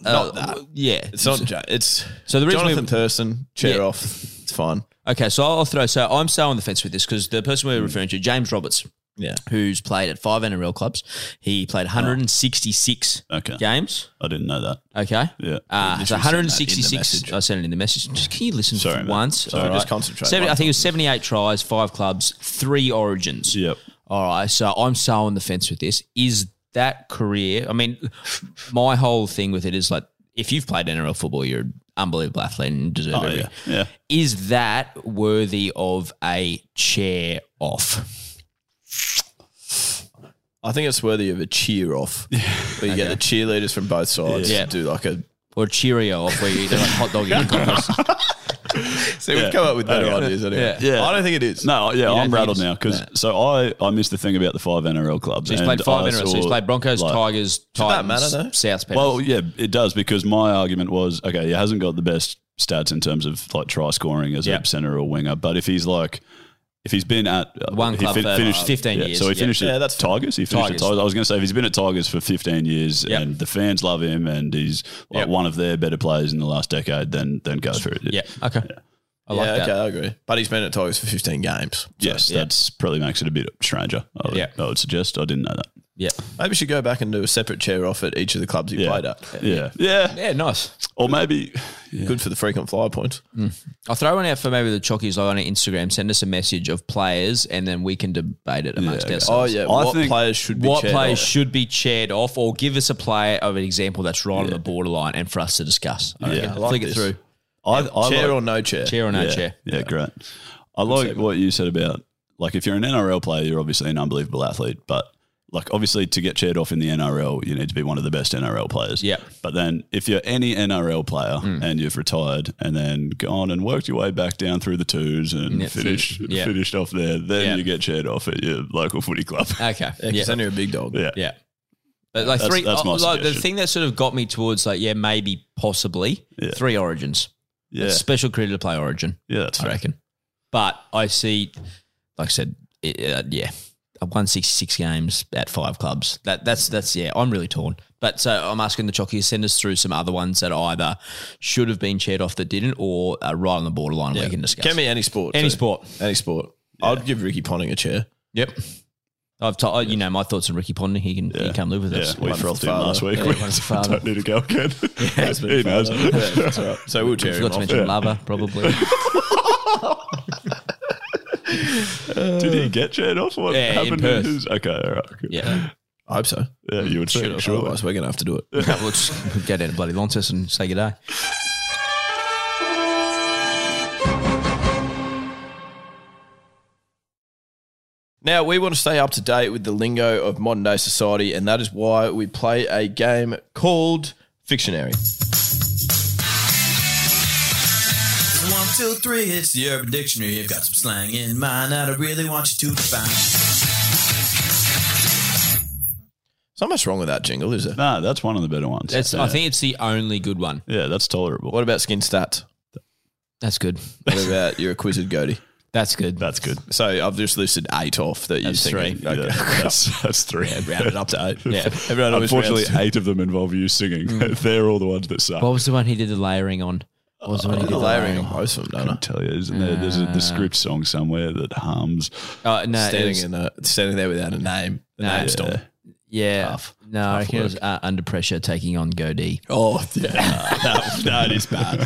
[SPEAKER 6] not
[SPEAKER 5] uh,
[SPEAKER 6] that.
[SPEAKER 5] Yeah,
[SPEAKER 6] It's not. Ja- It's
[SPEAKER 5] So the reason
[SPEAKER 6] Jonathan
[SPEAKER 5] we-
[SPEAKER 6] Thurston chair
[SPEAKER 5] Yeah.
[SPEAKER 6] off. It's fine.
[SPEAKER 5] Okay, so I'll throw. So I'm so on the fence with this because the person we're referring to, James Roberts,
[SPEAKER 6] yeah,
[SPEAKER 5] who's played at five NRL clubs, he played 166 games.
[SPEAKER 3] I didn't know that.
[SPEAKER 5] Okay,
[SPEAKER 3] yeah,
[SPEAKER 5] uh,
[SPEAKER 3] You
[SPEAKER 5] it's
[SPEAKER 3] literally sent that in the
[SPEAKER 5] 166. I sent it in the message. Just, can you listen for once?
[SPEAKER 3] Sorry,
[SPEAKER 5] All
[SPEAKER 3] just concentrate.
[SPEAKER 5] Seventy-
[SPEAKER 3] One
[SPEAKER 5] I think it was 78 tries, five clubs, three origins. Yep. All right, so I'm so on the fence with this. Is that career? I mean, my whole thing with it is like, if you've played NRL football, you're an unbelievable athlete and deserve
[SPEAKER 3] Oh,
[SPEAKER 5] everything.
[SPEAKER 3] yeah, yeah.
[SPEAKER 5] Is that worthy of a chair off?
[SPEAKER 6] I think it's worthy of a cheer off. Where you get the cheerleaders from both sides
[SPEAKER 5] Yeah.
[SPEAKER 6] to do like a
[SPEAKER 5] or cheerio off where you eat like hot dog
[SPEAKER 6] <laughs>
[SPEAKER 5] and Congress.
[SPEAKER 6] See, we've come up with better
[SPEAKER 3] Yeah.
[SPEAKER 6] ideas anyway.
[SPEAKER 3] Yeah. Yeah.
[SPEAKER 6] I don't think it is.
[SPEAKER 3] No, yeah,
[SPEAKER 6] You don't
[SPEAKER 3] I'm
[SPEAKER 6] think
[SPEAKER 3] rattled
[SPEAKER 6] it's-
[SPEAKER 3] now because so I I missed the thing about the five NRL clubs.
[SPEAKER 5] So he's
[SPEAKER 3] and
[SPEAKER 5] played five
[SPEAKER 3] I
[SPEAKER 5] NRL. So he's
[SPEAKER 3] saw,
[SPEAKER 5] played Broncos,
[SPEAKER 3] like-
[SPEAKER 5] Tigers,
[SPEAKER 6] that
[SPEAKER 5] Titans,
[SPEAKER 6] matter, though?
[SPEAKER 5] South Penrith.
[SPEAKER 3] Well, yeah, it does because my argument was okay, he hasn't got the best stats in terms of like try scoring as
[SPEAKER 5] Yep.
[SPEAKER 3] a center or winger, but if he's like if he's been at uh,
[SPEAKER 5] One
[SPEAKER 3] he
[SPEAKER 5] club for 15
[SPEAKER 3] yeah,
[SPEAKER 5] years,
[SPEAKER 3] so he
[SPEAKER 5] yeah.
[SPEAKER 3] finished
[SPEAKER 5] Yeah,
[SPEAKER 3] at
[SPEAKER 5] that's fair.
[SPEAKER 3] Tigers. He finished
[SPEAKER 5] Tigers.
[SPEAKER 3] at Tigers. I was going to say if he's been at Tigers for 15 years and the fans love him and he's like one of their better players in the last decade, then then go for it. Yeah,
[SPEAKER 5] okay. I like
[SPEAKER 6] yeah,
[SPEAKER 5] that.
[SPEAKER 6] okay, I agree. But he's been at Tigers for 15 games.
[SPEAKER 3] Yes, that's probably makes it a bit stranger. I would, I would suggest. I didn't know that.
[SPEAKER 5] Yeah.
[SPEAKER 6] Maybe we should go back and do a separate chair off at each of the clubs he played at.
[SPEAKER 3] Yeah. Yeah.
[SPEAKER 5] Yeah, nice.
[SPEAKER 3] Or maybe
[SPEAKER 6] good for the frequent flyer points.
[SPEAKER 5] I'll throw one out for maybe the Chockies like on Instagram. Send us a message of players, and then we can debate it amongst
[SPEAKER 6] okay.
[SPEAKER 5] ourselves.
[SPEAKER 6] Oh, yeah. I What think- players should be
[SPEAKER 5] what
[SPEAKER 6] chaired
[SPEAKER 5] players
[SPEAKER 6] off?
[SPEAKER 5] should be chaired off, or give us a player of an example that's right on the borderline, and for us to discuss. I reckon.
[SPEAKER 3] I like
[SPEAKER 5] flick
[SPEAKER 3] this.
[SPEAKER 5] it through.
[SPEAKER 3] I,
[SPEAKER 6] Chair or no chair?
[SPEAKER 5] Chair or no
[SPEAKER 3] yeah,
[SPEAKER 5] chair.
[SPEAKER 3] Yeah, great. I like what you said about like if you're an NRL player, you're obviously an unbelievable athlete, but like obviously to get chaired off in the NRL, you need to be one of the best NRL players. Yeah. But then if you're any NRL player
[SPEAKER 5] Mm.
[SPEAKER 3] and you've retired and then gone and worked your way back down through the twos and
[SPEAKER 5] Yeah,
[SPEAKER 3] finished
[SPEAKER 5] fin- yeah.
[SPEAKER 3] finished off there, then
[SPEAKER 5] Yeah.
[SPEAKER 3] you get chaired off at your local footy
[SPEAKER 5] <laughs>
[SPEAKER 3] club.
[SPEAKER 5] Okay.
[SPEAKER 6] Yeah, 'cause then you're a big dog.
[SPEAKER 3] Yeah.
[SPEAKER 5] Yeah. But like
[SPEAKER 3] That's-
[SPEAKER 5] three,
[SPEAKER 3] that's my
[SPEAKER 5] uh, like the
[SPEAKER 3] suggestion.
[SPEAKER 5] thing that sort of got me towards like, yeah, maybe possibly three origins.
[SPEAKER 3] Yeah.
[SPEAKER 5] It's special created to play origin.
[SPEAKER 3] Yeah, that's
[SPEAKER 5] I
[SPEAKER 3] fair.
[SPEAKER 5] reckon. But I see, like I said, it, uh, yeah, I've won 66 games at five clubs. That That's, that's, yeah, I'm really torn. But so I'm asking the Chocky to send us through some other ones that either should have been chaired off that didn't or are right on the borderline we can discuss.
[SPEAKER 6] Can be any sport.
[SPEAKER 5] Any
[SPEAKER 6] too.
[SPEAKER 5] sport.
[SPEAKER 6] Any sport. I'd give Ricky Ponting a chair.
[SPEAKER 5] Yep. I've t- you know my thoughts on Ricky Ponder. He can he can live with us.
[SPEAKER 3] Yeah, we frothed him last week. We <laughs> don't need to go again. he knows.
[SPEAKER 6] So we'll chair
[SPEAKER 5] Forgot
[SPEAKER 6] him
[SPEAKER 5] to
[SPEAKER 6] off.
[SPEAKER 5] mention Lava,
[SPEAKER 3] <laughs>
[SPEAKER 5] probably.
[SPEAKER 3] Did he get chaired off? What
[SPEAKER 6] Yeah, in
[SPEAKER 3] happened? to
[SPEAKER 6] Perth.
[SPEAKER 3] his- okay, all right.
[SPEAKER 5] Yeah.
[SPEAKER 6] I hope so.
[SPEAKER 3] <laughs> Yeah, you would
[SPEAKER 6] Should
[SPEAKER 3] think.
[SPEAKER 6] have,
[SPEAKER 3] Sure.
[SPEAKER 6] Otherwise, we're going to have to do it.
[SPEAKER 5] we'll just go down to bloody Lontus and say good day.
[SPEAKER 6] Now, we want to stay up to date with the lingo of modern day society, and that is why we play a game called Fictionary.
[SPEAKER 12] One, two, three, it's the Urban Dictionary. You've got some slang in mind that I really want you to define.
[SPEAKER 6] There's not much wrong with that jingle, is there?
[SPEAKER 3] No, that's one of the better ones.
[SPEAKER 5] It's, I think it's the only good one.
[SPEAKER 3] Yeah, that's tolerable.
[SPEAKER 6] What about skin stats?
[SPEAKER 5] That's good.
[SPEAKER 6] What about your acquitted goatee?
[SPEAKER 5] That's good.
[SPEAKER 6] <laughs>
[SPEAKER 3] That's good.
[SPEAKER 6] So I've just listed eight off that you
[SPEAKER 3] That's
[SPEAKER 6] think.
[SPEAKER 3] three.
[SPEAKER 6] <laughs>
[SPEAKER 3] Yeah, that's- that's three.
[SPEAKER 6] Yeah, round it up to
[SPEAKER 3] <laughs>
[SPEAKER 6] eight. Yeah, everyone always
[SPEAKER 3] Unfortunately,
[SPEAKER 6] rounds to-
[SPEAKER 3] eight of them involve you singing.
[SPEAKER 5] Mm.
[SPEAKER 3] <laughs> They're all the ones that suck.
[SPEAKER 5] What was the one he did the layering on? What
[SPEAKER 6] Uh,
[SPEAKER 5] was the one
[SPEAKER 6] <laughs>
[SPEAKER 5] he did the layering on?
[SPEAKER 6] most of them,
[SPEAKER 3] I couldn't tell you. Isn't there? There's
[SPEAKER 6] uh,
[SPEAKER 3] a the script song somewhere that harms.
[SPEAKER 5] Uh, no, it
[SPEAKER 3] Standing
[SPEAKER 5] was-
[SPEAKER 6] in a, standing there without a name. The
[SPEAKER 5] No.
[SPEAKER 6] name's Dom.
[SPEAKER 5] Yeah. No, I reckon it was uh, under pressure taking on Godee.
[SPEAKER 6] Oh,
[SPEAKER 3] <laughs>
[SPEAKER 6] yeah. <laughs> that, that is bad.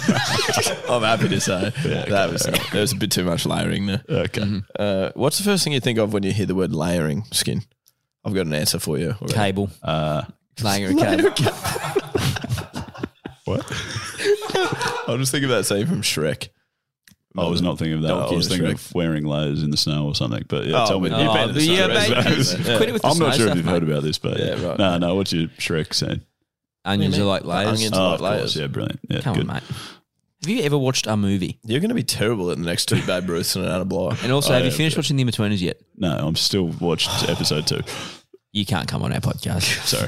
[SPEAKER 6] I'm happy to say that was there was a bit too much layering there.
[SPEAKER 3] Okay.
[SPEAKER 6] Uh, what's the first thing you think of when you hear the word layering skin? I've got an answer for you. already.
[SPEAKER 5] Cable.
[SPEAKER 3] Uh,
[SPEAKER 6] <laughs>
[SPEAKER 5] Layering a cable.
[SPEAKER 3] <laughs> What?
[SPEAKER 6] I'll just think of that scene from Shrek.
[SPEAKER 3] I was not thinking of that.
[SPEAKER 6] Donkey
[SPEAKER 3] I was
[SPEAKER 6] and
[SPEAKER 3] thinking
[SPEAKER 6] Shrek.
[SPEAKER 3] of wearing layers in the snow or something. But yeah,
[SPEAKER 6] Oh,
[SPEAKER 3] tell me.
[SPEAKER 6] but you've been to the
[SPEAKER 3] yeah,
[SPEAKER 6] snow,
[SPEAKER 3] mate,
[SPEAKER 6] mate.
[SPEAKER 3] it's-
[SPEAKER 5] <laughs>
[SPEAKER 6] Yeah. Quit it with the
[SPEAKER 3] I'm
[SPEAKER 6] snow
[SPEAKER 3] not sure if
[SPEAKER 6] stuff,
[SPEAKER 3] you've heard about this, but
[SPEAKER 6] Yeah, right.
[SPEAKER 3] no, no. What's your Shrek saying?
[SPEAKER 5] Onions
[SPEAKER 6] What do you
[SPEAKER 5] are
[SPEAKER 6] mean?
[SPEAKER 5] like layers.
[SPEAKER 6] Onions
[SPEAKER 3] Oh,
[SPEAKER 6] are
[SPEAKER 3] of
[SPEAKER 6] like layers.
[SPEAKER 3] course. Yeah, brilliant. Yeah,
[SPEAKER 5] Come
[SPEAKER 3] good.
[SPEAKER 5] on, mate. Have you ever watched a movie?
[SPEAKER 6] You're going to be terrible at the next two Babe Ruths and Uh, an Anna Bly.
[SPEAKER 5] And also,
[SPEAKER 3] I
[SPEAKER 5] have you
[SPEAKER 3] have,
[SPEAKER 5] finished watching The Inbetweeners yet?
[SPEAKER 3] No, I'm still watched episode two.
[SPEAKER 5] You can't come on our
[SPEAKER 6] <laughs>
[SPEAKER 5] podcast.
[SPEAKER 3] Sorry,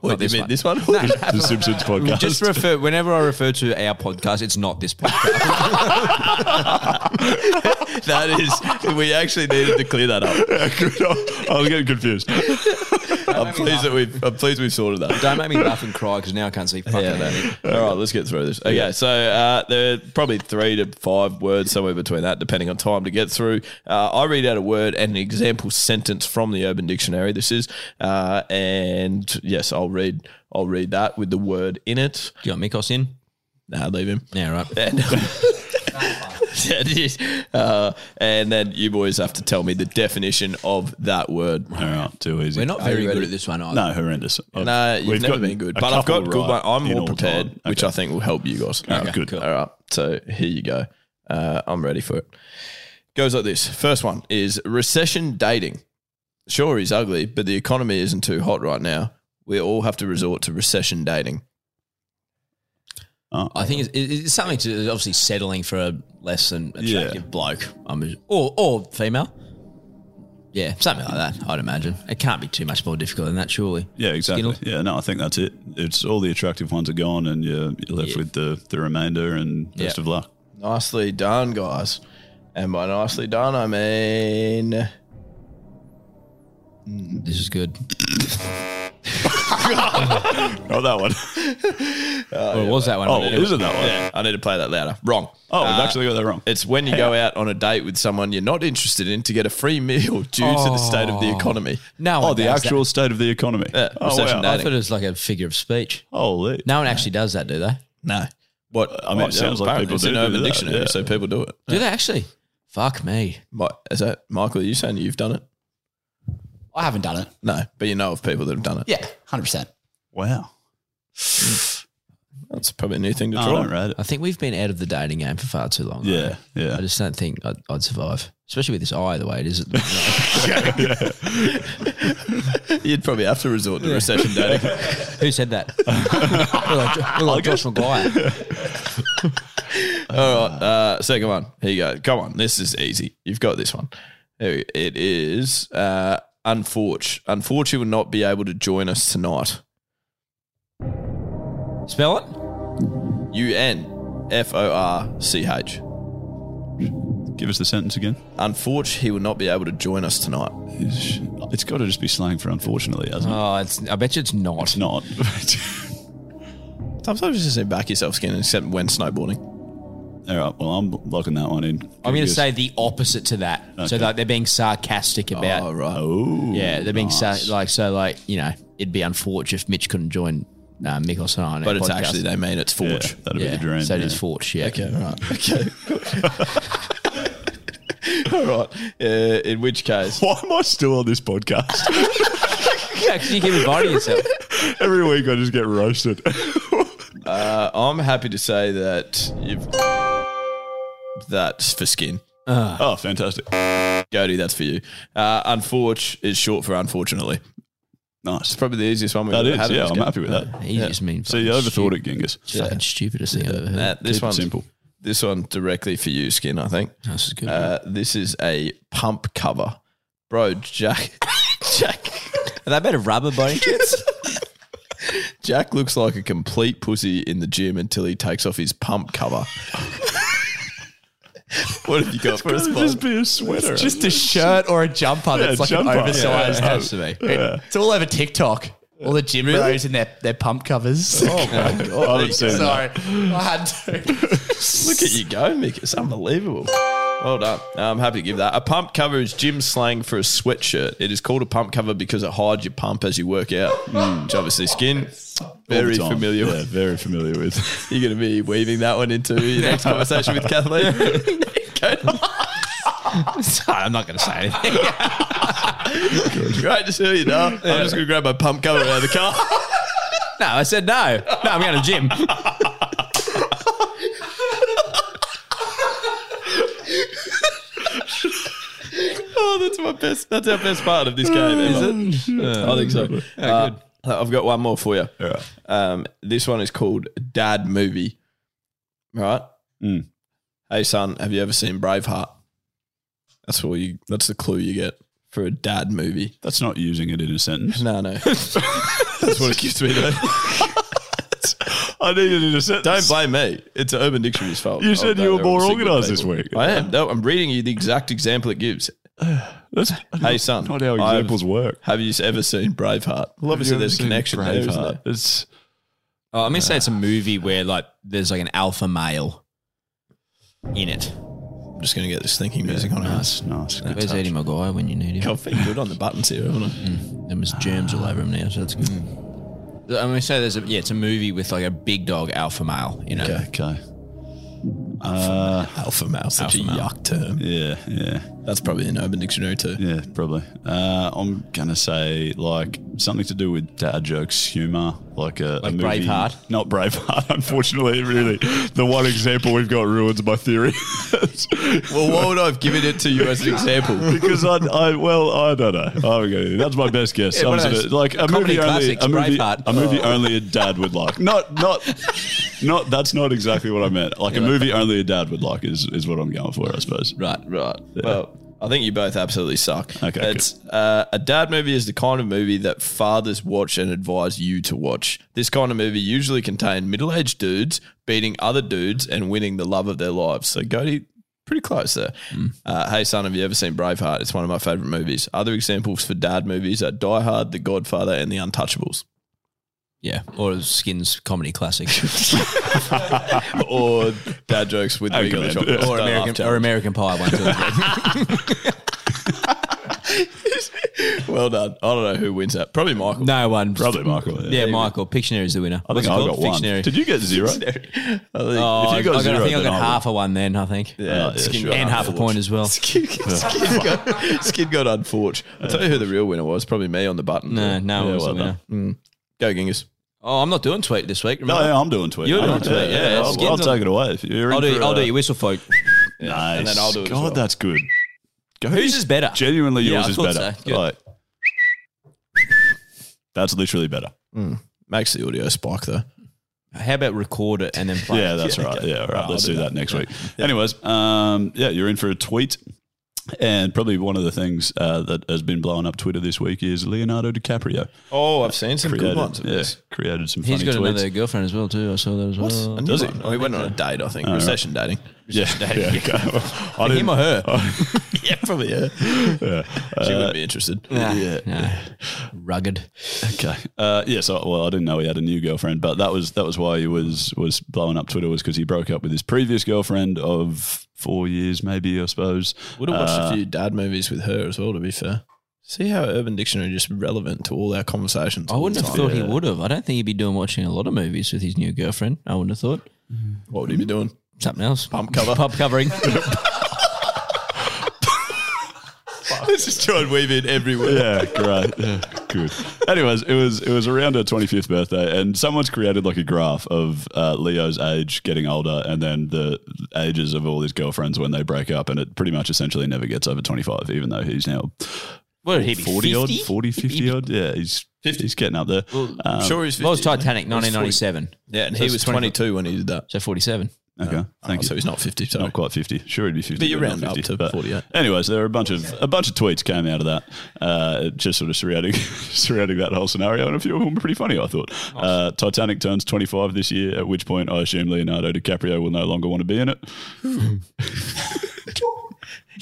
[SPEAKER 6] Wait,
[SPEAKER 5] <laughs> Not
[SPEAKER 6] you
[SPEAKER 5] this
[SPEAKER 6] mean
[SPEAKER 5] one. <laughs>
[SPEAKER 6] this one?
[SPEAKER 3] the Simpsons podcast.
[SPEAKER 5] Just refer whenever I refer to our podcast, it's not this podcast.
[SPEAKER 6] that is, we actually needed to clear <laughs> that up.
[SPEAKER 3] Yeah, good. I was getting
[SPEAKER 5] <laughs>
[SPEAKER 3] confused.
[SPEAKER 6] I'm pleased that we've, I'm pleased we've sorted that.
[SPEAKER 5] Don't make me laugh and cry because now I can't
[SPEAKER 6] <laughs>
[SPEAKER 5] see fucking
[SPEAKER 6] Yeah,
[SPEAKER 5] anything.
[SPEAKER 6] no. All right, let's get through this. Okay, so uh, there are probably three to five words somewhere between that, depending on time to get through. Uh, I read out a word and an example sentence from the Urban Dictionary. This is, uh, and yes, I'll read. I'll read that with the word in it.
[SPEAKER 5] Do you want Mikos in?
[SPEAKER 6] Nah, leave him.
[SPEAKER 5] Yeah, right.
[SPEAKER 3] <laughs>
[SPEAKER 6] And, <laughs> That is, uh, and then you boys have to tell me the definition of that word.
[SPEAKER 3] All right, too easy.
[SPEAKER 5] We're not
[SPEAKER 6] Are you
[SPEAKER 5] very good
[SPEAKER 6] ready?
[SPEAKER 5] at this one either.
[SPEAKER 3] No, horrendous. I've-
[SPEAKER 6] No, you've never
[SPEAKER 3] gotten
[SPEAKER 6] been good,
[SPEAKER 3] a
[SPEAKER 6] but I've got
[SPEAKER 3] couple
[SPEAKER 6] good one.
[SPEAKER 3] right
[SPEAKER 6] I'm
[SPEAKER 3] in
[SPEAKER 6] more
[SPEAKER 3] all
[SPEAKER 6] prepared,
[SPEAKER 3] time.
[SPEAKER 6] which
[SPEAKER 3] Okay.
[SPEAKER 6] I think will help you guys.
[SPEAKER 3] Oh, good.
[SPEAKER 6] All right, so here you go. Uh, I'm ready for it. Goes like this. First one is recession dating. Sure, he's ugly, but the economy isn't too hot right now. We all have to resort to recession dating.
[SPEAKER 3] Oh,
[SPEAKER 5] I think it's, it- it's something to obviously settling for a less than attractive
[SPEAKER 3] Yeah.
[SPEAKER 5] bloke, I'm, or or female. Yeah, something like that. I'd imagine it can't be too much more difficult than that, surely.
[SPEAKER 3] Yeah, exactly.
[SPEAKER 5] Skittle.
[SPEAKER 3] Yeah, no, I think that's it. It's all the attractive ones are gone, and you're, you're left
[SPEAKER 5] Yeah.
[SPEAKER 3] with the, the remainder. And best
[SPEAKER 5] Yeah.
[SPEAKER 3] of luck.
[SPEAKER 6] Nicely done, guys. And by nicely done, I mean.
[SPEAKER 5] This is good.
[SPEAKER 3] Oh,
[SPEAKER 6] <laughs>
[SPEAKER 3] that one.
[SPEAKER 5] Or was that one?
[SPEAKER 3] Oh, is it that one?
[SPEAKER 6] Yeah, I need to play that louder. Wrong.
[SPEAKER 3] Oh, we've
[SPEAKER 6] Uh,
[SPEAKER 3] actually got that wrong.
[SPEAKER 6] It's when you go out on a date with someone you're not interested in to get a free meal <laughs> due to the state of the economy.
[SPEAKER 5] No,
[SPEAKER 3] Oh,
[SPEAKER 5] one
[SPEAKER 3] the
[SPEAKER 5] does
[SPEAKER 3] actual state of the economy.
[SPEAKER 6] Yeah,
[SPEAKER 3] oh,
[SPEAKER 6] recession
[SPEAKER 3] wow.
[SPEAKER 5] That. I thought it was like a figure of speech.
[SPEAKER 3] Holy.
[SPEAKER 5] No one actually does that, do they?
[SPEAKER 6] No. What
[SPEAKER 3] I mean, it sounds like
[SPEAKER 6] apparently
[SPEAKER 3] people
[SPEAKER 6] it's
[SPEAKER 3] do
[SPEAKER 6] an
[SPEAKER 3] do
[SPEAKER 6] urban
[SPEAKER 3] that,
[SPEAKER 6] dictionary,
[SPEAKER 3] yeah.
[SPEAKER 6] so people do it.
[SPEAKER 5] Do they actually? Fuck me.
[SPEAKER 6] Mi- Is that Michael? Are you saying you've done it?
[SPEAKER 10] I haven't done it.
[SPEAKER 6] No, but you know of people that have done it.
[SPEAKER 10] Yeah, hundred percent.
[SPEAKER 3] Wow.
[SPEAKER 6] that's probably a new thing to
[SPEAKER 3] No,
[SPEAKER 6] try.
[SPEAKER 3] I don't rate it.
[SPEAKER 5] I think we've been out of the dating game for far too long.
[SPEAKER 3] Yeah, yeah.
[SPEAKER 5] I just don't think I'd, I'd survive, especially with this eye the way it is. at the-
[SPEAKER 6] <laughs> You'd probably have to resort to recession
[SPEAKER 3] <laughs>
[SPEAKER 6] dating.
[SPEAKER 5] Who said <laughs> that? Look like Josh McGuire.
[SPEAKER 6] All right, uh, second one. Here you go. Come on, this is easy. You've got this one. Here we- It is. Uh, unfortunate. Unfortunate will not be able to join us tonight.
[SPEAKER 5] Spell it.
[SPEAKER 6] U N F O R C H.
[SPEAKER 3] Give us the sentence again.
[SPEAKER 6] Unfortunate, he will not be able to join us tonight.
[SPEAKER 3] It's got to just be slang for unfortunately,
[SPEAKER 6] Uh,
[SPEAKER 3] hasn't it?
[SPEAKER 5] Oh, it's, I bet you it's not.
[SPEAKER 3] It's not. <laughs>
[SPEAKER 6] Sometimes you just say back yourself, skin, except when snowboarding.
[SPEAKER 3] all right. Well, I'm locking that one in.
[SPEAKER 5] I'm going
[SPEAKER 3] Give
[SPEAKER 5] to
[SPEAKER 3] us-
[SPEAKER 5] say the opposite to that. So
[SPEAKER 3] Okay.
[SPEAKER 5] like they're being sarcastic about.
[SPEAKER 6] oh, right.
[SPEAKER 3] Oh.
[SPEAKER 5] Yeah, they're being sar-
[SPEAKER 3] nice.
[SPEAKER 5] like so like you know it'd be unfortunate if Mitch couldn't join uh, Mikos and I. on our
[SPEAKER 6] But it's
[SPEAKER 5] podcast.
[SPEAKER 6] actually, they mean it's
[SPEAKER 3] Yeah,
[SPEAKER 6] forge. <laughs>
[SPEAKER 3] that'd be
[SPEAKER 5] yeah.
[SPEAKER 3] the dream.
[SPEAKER 5] so it
[SPEAKER 3] yeah.
[SPEAKER 5] is Forge. Yeah.
[SPEAKER 6] Okay, right. Okay. All right. Uh, in which case,
[SPEAKER 3] <laughs> Why am I still on this podcast? <laughs>
[SPEAKER 5] Yeah, 'cause <laughs> you keep inviting yourself.
[SPEAKER 3] Every week I just get roasted.
[SPEAKER 6] uh, I'm happy to say that you've. That's for skin.
[SPEAKER 3] oh, fantastic.
[SPEAKER 6] Goody, that's for you. Uh, unforge is short for unfortunately.
[SPEAKER 3] Nice.
[SPEAKER 6] It's probably the easiest one we've
[SPEAKER 3] That
[SPEAKER 6] ever
[SPEAKER 3] is,
[SPEAKER 6] had. in
[SPEAKER 3] yeah,
[SPEAKER 6] this
[SPEAKER 3] I'm
[SPEAKER 6] game.
[SPEAKER 3] happy with that.
[SPEAKER 5] He just means.
[SPEAKER 3] So you
[SPEAKER 5] fucking
[SPEAKER 3] overthought
[SPEAKER 5] stu-
[SPEAKER 3] it, Genghis.
[SPEAKER 5] it's Fucking stupidest thing I've ever heard.
[SPEAKER 6] Nah, this
[SPEAKER 3] Keep it
[SPEAKER 6] one's
[SPEAKER 3] simple.
[SPEAKER 6] This one directly for you, skin. I think.
[SPEAKER 5] This is good.
[SPEAKER 6] Uh, this is a pump cover, bro. Jack, <laughs> Jack,
[SPEAKER 5] Are they made of rubber by any chance?
[SPEAKER 6] <laughs> Jack looks like a complete pussy in the gym until he takes off his pump cover. <laughs> What have you got for a spot?
[SPEAKER 3] just be a sweater.
[SPEAKER 10] It's
[SPEAKER 3] <laughs>
[SPEAKER 10] just a shirt or a jumper
[SPEAKER 3] Yeah,
[SPEAKER 10] that's like
[SPEAKER 3] jumper.
[SPEAKER 10] an oversized.
[SPEAKER 3] Yeah.
[SPEAKER 10] has to be.
[SPEAKER 3] Yeah.
[SPEAKER 10] It's all over TikTok. All the gym bros and their, their pump covers.
[SPEAKER 6] Oh my god!
[SPEAKER 10] I <laughs> haven't seen that. Sorry. I had
[SPEAKER 6] Look at you go, Mick. It's unbelievable. Well done. I'm happy to give that. A pump cover is gym slang for a sweatshirt. It is called a pump cover because it hides your pump as you work out, which obviously skin. Very
[SPEAKER 3] time.
[SPEAKER 6] familiar.
[SPEAKER 3] Yeah, very familiar with.
[SPEAKER 6] You're going to be weaving that one into your next conversation with <laughs> Kathleen.
[SPEAKER 10] Sorry, <laughs> I'm not going to say
[SPEAKER 5] <laughs>
[SPEAKER 10] anything.
[SPEAKER 6] Great to see you, Dar. I'm just going to grab my pump cover out of the car.
[SPEAKER 10] no, I said no. No, I'm going to gym.
[SPEAKER 6] <laughs> oh, that's my best. That's our best part of this game. Ever.
[SPEAKER 3] Is it?
[SPEAKER 6] Uh, I think so. Mm. Uh, I've got one more for you. Um, this one is called Dad Movie. Right. Hey son, have you ever seen Braveheart? That's all you. That's the clue you get for a dad movie.
[SPEAKER 3] That's not using it in a sentence.
[SPEAKER 6] No, <laughs> no. that's what it gives me though. <laughs>
[SPEAKER 3] I needed it in a
[SPEAKER 6] Don't
[SPEAKER 3] sentence.
[SPEAKER 6] blame me. It's Urban Dictionary's fault.
[SPEAKER 3] You said
[SPEAKER 6] Oh,
[SPEAKER 3] you were
[SPEAKER 6] they're all
[SPEAKER 3] more
[SPEAKER 6] sick with
[SPEAKER 3] organised this
[SPEAKER 6] people.
[SPEAKER 3] week.
[SPEAKER 6] I am. No, I'm reading you the exact example it gives.
[SPEAKER 3] That's
[SPEAKER 6] Hey son,
[SPEAKER 3] not how
[SPEAKER 6] I've-
[SPEAKER 3] examples work.
[SPEAKER 6] Have you ever seen Braveheart? Well,
[SPEAKER 3] you
[SPEAKER 6] obviously,
[SPEAKER 3] ever
[SPEAKER 6] there's a
[SPEAKER 3] seen
[SPEAKER 6] connection there, isn't there?
[SPEAKER 3] Braveheart? Uh, It's
[SPEAKER 5] Oh, I'm gonna say it's a movie where like there's like an alpha male in it.
[SPEAKER 6] I'm just gonna get this thinking music on. Nice,
[SPEAKER 3] nice.
[SPEAKER 6] Good
[SPEAKER 5] Where's
[SPEAKER 6] touch.
[SPEAKER 5] Eddie Maguire when you need him?
[SPEAKER 6] God, feeling good on the buttons here, haven't I?
[SPEAKER 10] Mm.
[SPEAKER 5] There was germs all over him now, so that's good. Mm. I'm gonna say there's a yeah, it's a movie with like a big dog alpha male. You know,
[SPEAKER 3] okay. okay. Uh,
[SPEAKER 6] Alpha male, such
[SPEAKER 5] Alpha
[SPEAKER 6] a
[SPEAKER 5] male.
[SPEAKER 6] yuck term.
[SPEAKER 3] yeah, yeah,
[SPEAKER 6] That's probably an Urban Dictionary too.
[SPEAKER 3] yeah, probably. Uh, I'm gonna say like something to do with dad jokes, humor, like a, a
[SPEAKER 5] Like
[SPEAKER 3] movie.
[SPEAKER 5] Braveheart?
[SPEAKER 3] Not Braveheart, <laughs> unfortunately. Really, the one example we've got ruins my theory. <laughs>
[SPEAKER 6] Well, why would I have given it to you as an example?
[SPEAKER 3] because I, I, well, I don't know. I haven't got anything. That's my best guess.
[SPEAKER 5] Yeah, one of
[SPEAKER 3] Sums it
[SPEAKER 5] those
[SPEAKER 3] up. like a
[SPEAKER 5] comedy
[SPEAKER 3] movie only,
[SPEAKER 5] classics,
[SPEAKER 3] a movie,
[SPEAKER 5] Braveheart. Oh.
[SPEAKER 3] a movie only a dad would like. Not, not, not. That's not exactly what I meant. Like a movie only a dad would like is is what I'm going for, I suppose.
[SPEAKER 6] Right, right. Well, I think you both absolutely suck.
[SPEAKER 3] Okay,
[SPEAKER 6] It's uh, a dad movie is the kind of movie that fathers watch and advise you to watch. This kind of movie usually contain middle-aged dudes beating other dudes and winning the love of their lives. So Goaty, pretty close there.
[SPEAKER 5] Hmm.
[SPEAKER 6] Uh, hey son, have you ever seen Braveheart? It's one of my favorite movies. Other examples for dad movies are Die Hard, The Godfather, and The
[SPEAKER 5] <laughs>
[SPEAKER 6] Untouchables.
[SPEAKER 5] yeah, or a Skins comedy classic,
[SPEAKER 10] <laughs>
[SPEAKER 6] or dad jokes with
[SPEAKER 3] Oh,
[SPEAKER 6] Big
[SPEAKER 3] God.
[SPEAKER 6] Rich
[SPEAKER 5] or American or American Pie one. Too.
[SPEAKER 6] Well done. I don't know who wins that. Probably
[SPEAKER 3] <laughs>
[SPEAKER 6] Michael. <laughs>
[SPEAKER 5] no one,
[SPEAKER 3] Probably Michael.
[SPEAKER 5] yeah, Michael. Pictionary's the winner.
[SPEAKER 3] I think
[SPEAKER 5] What's it
[SPEAKER 3] I
[SPEAKER 5] called?
[SPEAKER 3] got one.
[SPEAKER 5] Pictionary.
[SPEAKER 3] Did you get zero?
[SPEAKER 6] I think
[SPEAKER 3] If
[SPEAKER 5] Oh,
[SPEAKER 3] you got
[SPEAKER 5] I, got, I
[SPEAKER 3] zero,
[SPEAKER 5] think I
[SPEAKER 3] then
[SPEAKER 5] got
[SPEAKER 3] I
[SPEAKER 5] half a one then. I think,
[SPEAKER 3] Yeah, yeah,
[SPEAKER 6] skin
[SPEAKER 3] sure.
[SPEAKER 6] got
[SPEAKER 5] Uh, and half a point
[SPEAKER 6] <laughs>
[SPEAKER 5] as well.
[SPEAKER 6] Skid, Skid, <laughs> got, Skid got unfortunate. I'll tell you who the real winner was. Probably me on the button.
[SPEAKER 5] No, no one was the
[SPEAKER 3] well
[SPEAKER 5] winner.
[SPEAKER 6] Go, Gingus.
[SPEAKER 5] Oh, I'm not doing tweet this week.
[SPEAKER 3] No,
[SPEAKER 5] Remember?
[SPEAKER 3] yeah, I'm doing tweet.
[SPEAKER 5] You're
[SPEAKER 3] I'm
[SPEAKER 5] doing tweet, yeah, yeah.
[SPEAKER 3] I'll,
[SPEAKER 5] Skins
[SPEAKER 3] I'll
[SPEAKER 5] on-
[SPEAKER 3] take it away. If you're in
[SPEAKER 5] I'll do.
[SPEAKER 3] for,
[SPEAKER 5] I'll
[SPEAKER 3] uh,
[SPEAKER 5] do your whistle folk.
[SPEAKER 3] Nice.
[SPEAKER 6] and then I'll do it as
[SPEAKER 3] God,
[SPEAKER 6] well.
[SPEAKER 3] that's good. Go
[SPEAKER 5] Whose is better?
[SPEAKER 3] Genuinely,
[SPEAKER 5] Yeah,
[SPEAKER 3] yours
[SPEAKER 5] I
[SPEAKER 3] is
[SPEAKER 5] thought
[SPEAKER 3] better.
[SPEAKER 5] so. Good.
[SPEAKER 3] Like, that's literally better.
[SPEAKER 6] Makes the audio spike though.
[SPEAKER 5] How about record it and then play?
[SPEAKER 3] Yeah,
[SPEAKER 5] it?
[SPEAKER 3] that's right. Yeah, all right. Let's
[SPEAKER 6] do
[SPEAKER 3] do that next week. Anyways, um, yeah, you're in for a tweet. And probably one of the things uh, that has been blowing up Twitter this week is Leonardo DiCaprio.
[SPEAKER 6] Oh, I've seen some
[SPEAKER 3] created,
[SPEAKER 6] good ones. Of
[SPEAKER 3] yeah,
[SPEAKER 6] this.
[SPEAKER 3] created some
[SPEAKER 5] He's
[SPEAKER 3] funny
[SPEAKER 5] got
[SPEAKER 3] tweets.
[SPEAKER 5] another girlfriend as well too. I saw that as well.
[SPEAKER 6] A new
[SPEAKER 3] Does he?
[SPEAKER 6] one. Oh, he went on a date, I think.
[SPEAKER 3] right.
[SPEAKER 6] Recession dating.
[SPEAKER 3] yeah,
[SPEAKER 5] <laughs>
[SPEAKER 3] yeah, okay.
[SPEAKER 6] <laughs>
[SPEAKER 3] I
[SPEAKER 5] Him
[SPEAKER 3] didn't- <laughs>
[SPEAKER 5] or her?
[SPEAKER 6] yeah, probably.
[SPEAKER 5] <laughs>
[SPEAKER 6] Yeah.
[SPEAKER 3] yeah.
[SPEAKER 6] she
[SPEAKER 3] Uh,
[SPEAKER 6] wouldn't be interested.
[SPEAKER 5] Nah, nah. Rugged.
[SPEAKER 3] Okay. Uh, yeah. So, well, I didn't know he had a new girlfriend, but that was that was why he was was blowing up Twitter was because he broke up with his previous girlfriend of four years, maybe I suppose.
[SPEAKER 6] Would have watched
[SPEAKER 3] Uh,
[SPEAKER 6] a few dad movies with her as well. To be fair. See how Urban Dictionary is just relevant to all our conversations.
[SPEAKER 5] I
[SPEAKER 6] all the
[SPEAKER 5] wouldn't have
[SPEAKER 6] time.
[SPEAKER 5] thought he would have. I don't think he'd be doing watching a lot of movies with his new girlfriend. I wouldn't have thought
[SPEAKER 6] What would he be doing?
[SPEAKER 5] something else.
[SPEAKER 6] Pump cover.
[SPEAKER 5] <laughs> Pump
[SPEAKER 3] <laughs>
[SPEAKER 5] covering.
[SPEAKER 6] Let's just try and weave in everywhere.
[SPEAKER 3] Uh, Yeah, great. Yeah, good. Anyways, it was it was around her twenty fifth birthday, and someone's created like a graph of uh, Leo's age getting older, and then the ages of all his girlfriends when they break up, and it pretty much essentially never gets over twenty five, even though he's now
[SPEAKER 5] what did he be?
[SPEAKER 3] 40 odd,
[SPEAKER 5] 50?
[SPEAKER 3] 40, 50 odd. Yeah, he's 50. he's getting up there. Um,
[SPEAKER 6] sure he's 50.
[SPEAKER 5] What was Titanic? 1997.
[SPEAKER 6] Yeah, and
[SPEAKER 5] So
[SPEAKER 6] he
[SPEAKER 5] it's
[SPEAKER 6] was
[SPEAKER 5] 25.
[SPEAKER 6] 22 when he did that.
[SPEAKER 5] So 47.
[SPEAKER 3] Okay, thank
[SPEAKER 6] Oh,
[SPEAKER 3] you.
[SPEAKER 6] so he's not 50. Sorry.
[SPEAKER 3] Not quite fifty. Sure, he'd be fifty.
[SPEAKER 6] But you
[SPEAKER 3] not
[SPEAKER 6] round up to 48.
[SPEAKER 3] Anyways, there were a bunch of a bunch of tweets came out of that, uh, just sort of surrounding <laughs> surrounding that whole scenario, and a few of them were pretty funny. I thought uh, Titanic turns twenty five
[SPEAKER 6] <laughs>
[SPEAKER 3] this year, at which point I assume Leonardo DiCaprio will no longer want to be in it.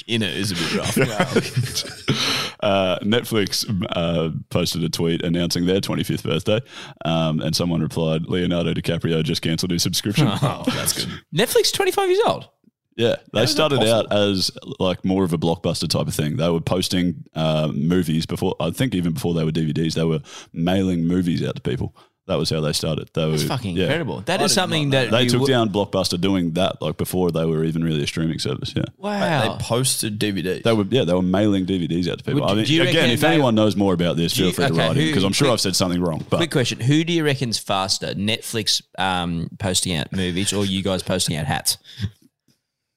[SPEAKER 6] in it is a bit
[SPEAKER 5] <laughs>
[SPEAKER 6] rough.
[SPEAKER 3] <laughs> uh, Netflix uh, posted a tweet announcing their 25th birthday, um, and someone replied, "Leonardo DiCaprio just cancelled his
[SPEAKER 6] <laughs>
[SPEAKER 3] subscription."
[SPEAKER 5] Oh,
[SPEAKER 6] that's good.
[SPEAKER 5] Netflix, 25 years old.
[SPEAKER 3] Yeah,
[SPEAKER 5] How
[SPEAKER 3] they
[SPEAKER 5] is that
[SPEAKER 3] started
[SPEAKER 5] possible?
[SPEAKER 3] out as like more of a blockbuster type of thing. They were posting uh, movies before, I think, even before they were DVDs, they were mailing movies out to people. That was how they started. They
[SPEAKER 5] That's
[SPEAKER 3] were,
[SPEAKER 5] fucking
[SPEAKER 3] yeah.
[SPEAKER 5] incredible. That is something that
[SPEAKER 3] they
[SPEAKER 5] you
[SPEAKER 3] took
[SPEAKER 5] would-
[SPEAKER 3] down Blockbuster doing that like before they were even really a streaming service. Yeah,
[SPEAKER 5] Wow.
[SPEAKER 6] They posted DVDs.
[SPEAKER 3] They were yeah they were mailing DVDs out to people.
[SPEAKER 5] Would-
[SPEAKER 3] I mean,
[SPEAKER 5] do you
[SPEAKER 3] again,
[SPEAKER 5] reckon
[SPEAKER 3] if
[SPEAKER 5] they-
[SPEAKER 3] anyone knows more about this,
[SPEAKER 5] Do
[SPEAKER 3] feel
[SPEAKER 5] you-
[SPEAKER 3] free to
[SPEAKER 5] okay,
[SPEAKER 3] write in
[SPEAKER 5] who-
[SPEAKER 3] because I'm sure
[SPEAKER 5] quick-
[SPEAKER 3] I've said something wrong. But
[SPEAKER 5] Quick question: Who do you reckon's faster, Netflix um, posting out movies or you guys posting out hats?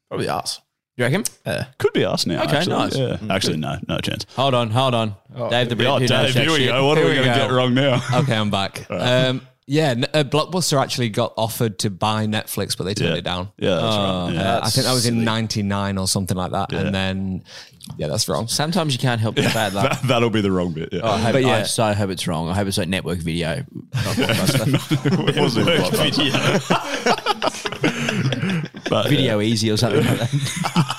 [SPEAKER 6] Probably us.
[SPEAKER 5] You reckon?
[SPEAKER 3] could be us now.
[SPEAKER 5] Okay,
[SPEAKER 3] actually.
[SPEAKER 5] nice.
[SPEAKER 3] Yeah.
[SPEAKER 5] Mm.
[SPEAKER 3] Actually, no, no chance.
[SPEAKER 5] Hold on, hold on, Dave the Brit.
[SPEAKER 3] Oh,
[SPEAKER 5] who knows
[SPEAKER 3] Dave,
[SPEAKER 5] that
[SPEAKER 3] here we
[SPEAKER 5] shit?
[SPEAKER 3] go. What are
[SPEAKER 5] Here
[SPEAKER 3] we going to
[SPEAKER 5] go.
[SPEAKER 3] get wrong now?
[SPEAKER 13] okay, I'm back. Um, yeah, n- uh, Blockbuster actually got offered to buy Netflix, but they turned
[SPEAKER 3] Yeah.
[SPEAKER 13] it down.
[SPEAKER 3] <laughs> Yeah, that's right.
[SPEAKER 13] Uh,
[SPEAKER 3] Yeah.
[SPEAKER 13] I think that was in '99 or something like that. And then, yeah, that's wrong.
[SPEAKER 5] Sometimes you can't help
[SPEAKER 3] <laughs>
[SPEAKER 5] the bad luck.
[SPEAKER 3] That, will be the wrong bit. Yeah.
[SPEAKER 5] Oh, I hope,
[SPEAKER 13] But yeah.
[SPEAKER 5] I, so I hope it's wrong. I hope it's like network video. not
[SPEAKER 3] <laughs>
[SPEAKER 5] Blockbuster.
[SPEAKER 3] it wasn't
[SPEAKER 5] Network
[SPEAKER 3] Blockbuster. <laughs> But,
[SPEAKER 5] video easy or something like that.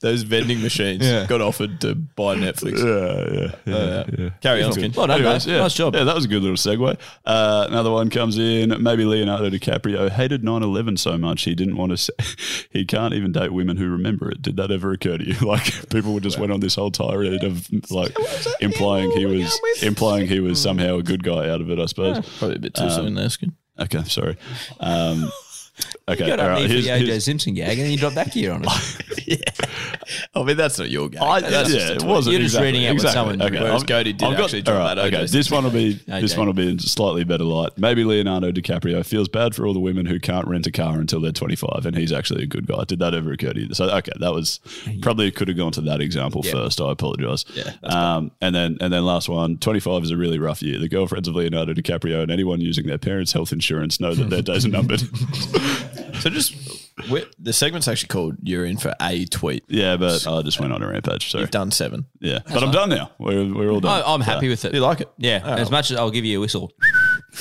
[SPEAKER 6] Those vending machines got offered to buy Netflix.
[SPEAKER 3] Yeah, yeah,
[SPEAKER 5] Oh,
[SPEAKER 3] yeah.
[SPEAKER 6] Uh,
[SPEAKER 3] yeah.
[SPEAKER 6] Carry on,
[SPEAKER 3] That's
[SPEAKER 6] Skin.
[SPEAKER 3] good. Anyways, yeah. Yeah, that was a good little segue. Uh, another one comes in. Maybe Leonardo DiCaprio hated 9-11 so much he didn't want to. Say, <laughs> he can't even date women who remember it. Did that ever occur to you? <laughs> Like people would just went on this whole tirade
[SPEAKER 5] <laughs>
[SPEAKER 3] of like implying he was implying he was somehow a good guy out of it. I suppose
[SPEAKER 6] probably a bit too
[SPEAKER 5] Um,
[SPEAKER 6] soon there, Skin.
[SPEAKER 3] Okay, sorry. Um, okay,
[SPEAKER 5] <laughs> you got
[SPEAKER 3] all
[SPEAKER 5] up
[SPEAKER 3] right.
[SPEAKER 5] there
[SPEAKER 3] Here's,
[SPEAKER 5] for the OJ
[SPEAKER 3] here's-
[SPEAKER 5] Simpson gag, and then you drop that gear on it.
[SPEAKER 6] I mean, that's not your game.
[SPEAKER 3] I,
[SPEAKER 6] That's just
[SPEAKER 3] yeah,
[SPEAKER 6] a
[SPEAKER 3] it
[SPEAKER 6] tweet.
[SPEAKER 3] wasn't.
[SPEAKER 6] You're just
[SPEAKER 3] exactly-
[SPEAKER 6] reading out what
[SPEAKER 3] exactly.
[SPEAKER 6] someone-
[SPEAKER 3] Okay,
[SPEAKER 6] whereas
[SPEAKER 3] I've-
[SPEAKER 6] Cody did
[SPEAKER 3] I've got-
[SPEAKER 6] actually drop
[SPEAKER 3] all right,
[SPEAKER 6] that
[SPEAKER 3] Okay,
[SPEAKER 6] OJ
[SPEAKER 3] this one will be
[SPEAKER 6] <laughs> Okay.
[SPEAKER 3] this one will be in slightly better light. Maybe Leonardo DiCaprio feels bad for all the women who can't rent a car until they're 25, and he's actually a good guy. Did that ever occur to you? So okay, that was probably could have gone to that example
[SPEAKER 6] Yeah.
[SPEAKER 3] first. I apologize.
[SPEAKER 6] Yeah,
[SPEAKER 3] Um, and then and then last one. 25 is a really rough year. The girlfriends of Leonardo DiCaprio and anyone using their parents' health insurance know that their days are
[SPEAKER 6] <laughs>
[SPEAKER 3] numbered. <laughs>
[SPEAKER 6] So just we the segment's actually called "You're in for a tweet."
[SPEAKER 3] Yeah, but I just went on a rampage. Sorry,
[SPEAKER 6] you've done seven.
[SPEAKER 3] Yeah,
[SPEAKER 6] That's
[SPEAKER 3] but I'm
[SPEAKER 6] fine. Oh,
[SPEAKER 3] done now. We're, we're all done.
[SPEAKER 5] I, I'm happy
[SPEAKER 3] Yeah.
[SPEAKER 5] with it.
[SPEAKER 6] You like it?
[SPEAKER 5] Yeah.
[SPEAKER 6] All
[SPEAKER 5] As
[SPEAKER 6] right.
[SPEAKER 5] much as I'll give you a whistle.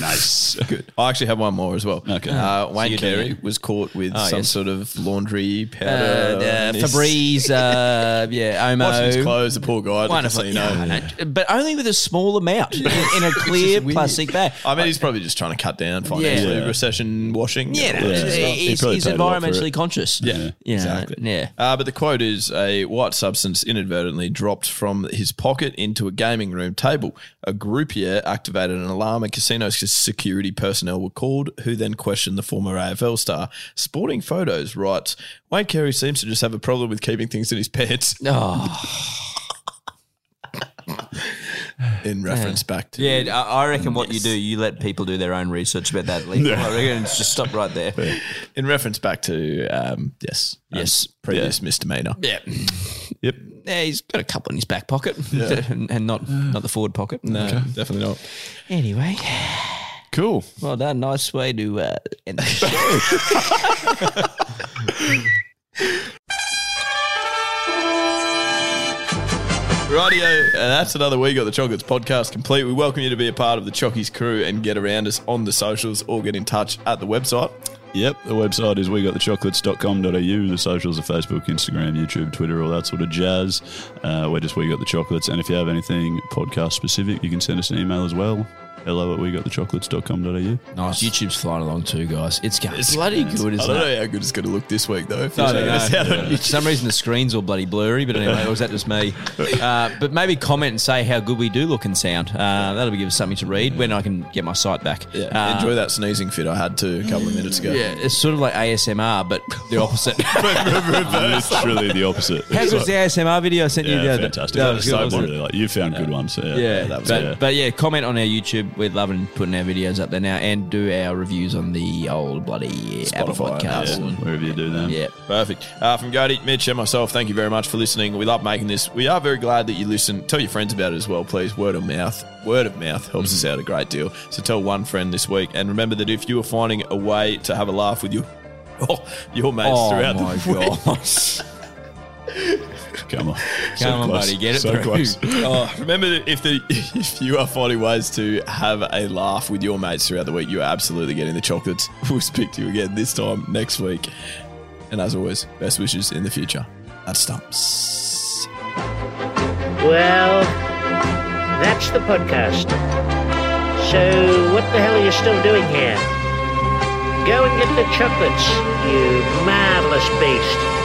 [SPEAKER 3] Nice.
[SPEAKER 6] Good. I actually have one more as well. Okay. Uh, Wayne
[SPEAKER 5] you're doing
[SPEAKER 6] Carey was caught with
[SPEAKER 5] Oh,
[SPEAKER 6] some
[SPEAKER 5] yes.
[SPEAKER 6] sort of laundry
[SPEAKER 5] Uh,
[SPEAKER 6] powder.
[SPEAKER 5] uh,
[SPEAKER 6] on his-
[SPEAKER 5] Febreze, uh, <laughs> yeah, Omo.
[SPEAKER 6] Washing his clothes, the poor guy.
[SPEAKER 5] Wonderful.
[SPEAKER 6] Wonderful. You know.
[SPEAKER 5] Yeah, I know. But only with a small amount in, in a clear plastic bag.
[SPEAKER 6] I mean, he's probably just trying to cut down financially
[SPEAKER 5] Yeah.
[SPEAKER 6] recession washing.
[SPEAKER 5] Yeah, no, he's- he's, he's environmentally conscious.
[SPEAKER 6] Yeah,
[SPEAKER 5] You know,
[SPEAKER 6] exactly.
[SPEAKER 5] Yeah.
[SPEAKER 6] Uh, but the quote is a white substance inadvertently dropped from his pocket into a gaming room table. A groupier activated an alarm, and casino security personnel were called, who then questioned the former AFL star. Sporting photos writes Wayne Carey seems to just have a problem with keeping things in his pants. <laughs>
[SPEAKER 5] Oh.
[SPEAKER 6] in reference back to
[SPEAKER 5] Yeah, I I reckon what you do, you let people do their own research about that. Lee.
[SPEAKER 6] Yeah.
[SPEAKER 5] I reckon it's just stop right there.
[SPEAKER 6] <laughs> in reference back to um, yes,
[SPEAKER 5] uh, Yes.
[SPEAKER 6] previous misdemeanor.
[SPEAKER 5] Yeah.
[SPEAKER 3] Yep.
[SPEAKER 5] Yeah, he's got a couple in his back pocket
[SPEAKER 6] Yeah.
[SPEAKER 5] and <laughs> and not not the forward pocket.
[SPEAKER 6] No, definitely not.
[SPEAKER 5] Anyway.
[SPEAKER 3] Cool.
[SPEAKER 5] Well done. Nice way to uh,
[SPEAKER 6] <laughs>
[SPEAKER 5] end the show.
[SPEAKER 6] Rightio, and that's another We Got the Chocolates podcast complete. We welcome you to be a part of the Chockies crew and get around us on the socials or get in touch at the website.
[SPEAKER 3] Yep, the website is wegotthechocolates.com.au. The socials are Facebook, Instagram, YouTube, Twitter, all that sort of jazz. Uh, we're just We Got The Chocolates. And if you have anything podcast specific, you can send us an email as well. Hello at wegotthechocolates.com.au.
[SPEAKER 5] Nice. YouTube's flying along too, guys. It's going bloody good,
[SPEAKER 6] I
[SPEAKER 5] isn't
[SPEAKER 6] don't
[SPEAKER 5] it?
[SPEAKER 6] know how good it's going to look this week, though.
[SPEAKER 5] No, no,
[SPEAKER 6] It's out on
[SPEAKER 5] no. For
[SPEAKER 6] YouTube.
[SPEAKER 5] some reason, the screen's all bloody blurry, but anyway, or was that
[SPEAKER 6] <laughs>
[SPEAKER 5] just me? Uh, but maybe comment and say how good we do look and sound. Uh, that'll give us something to read when I can get my sight back. Uh,
[SPEAKER 6] Enjoy that sneezing fit I had too a couple of minutes ago.
[SPEAKER 5] Yeah, it's sort of like ASMR, but the opposite. <laughs>
[SPEAKER 3] Literally the opposite.
[SPEAKER 5] How
[SPEAKER 3] It's
[SPEAKER 5] good's the
[SPEAKER 3] like-
[SPEAKER 5] ASMR video I sent you the
[SPEAKER 3] yeah,
[SPEAKER 5] other
[SPEAKER 3] fantastic.
[SPEAKER 5] That
[SPEAKER 3] That was
[SPEAKER 5] was good,
[SPEAKER 3] so
[SPEAKER 5] wasn't it?
[SPEAKER 3] good. Like, you found good ones. Yeah,
[SPEAKER 5] Yeah,
[SPEAKER 3] that was
[SPEAKER 5] but,
[SPEAKER 3] yeah.
[SPEAKER 5] but yeah, comment on our YouTube. We're loving putting our videos up there now, and do our reviews on the old bloody Apple
[SPEAKER 6] Spotify,
[SPEAKER 5] podcast.
[SPEAKER 6] Apple.
[SPEAKER 3] Wherever you do them.
[SPEAKER 5] Yeah.
[SPEAKER 6] Perfect. Uh, from Gody, Mitch, and myself, thank you very much for listening. We love making this. We are very glad that you listen. Tell your friends about it as well, please. Word of mouth. Word of mouth helps us out a great deal. So tell one friend this week. And remember that if you are finding a way to have a laugh with your, <laughs> your mates
[SPEAKER 5] Oh
[SPEAKER 6] throughout
[SPEAKER 5] my
[SPEAKER 6] the <laughs> week.
[SPEAKER 3] Come on. So
[SPEAKER 6] Come on,
[SPEAKER 3] close.
[SPEAKER 6] buddy, get it
[SPEAKER 3] so
[SPEAKER 6] through.
[SPEAKER 5] <laughs>
[SPEAKER 3] Close.
[SPEAKER 6] <laughs> oh, remember that if the <laughs> if you are finding ways to have a laugh with your mates throughout the week, you are absolutely getting the chocolates. <laughs> We'll speak to you again this time next week. And as always, best wishes in the future. That stumps.
[SPEAKER 1] Well, that's the podcast. So, what the hell are you still doing here? Go and get the chocolates, you marvelous beast.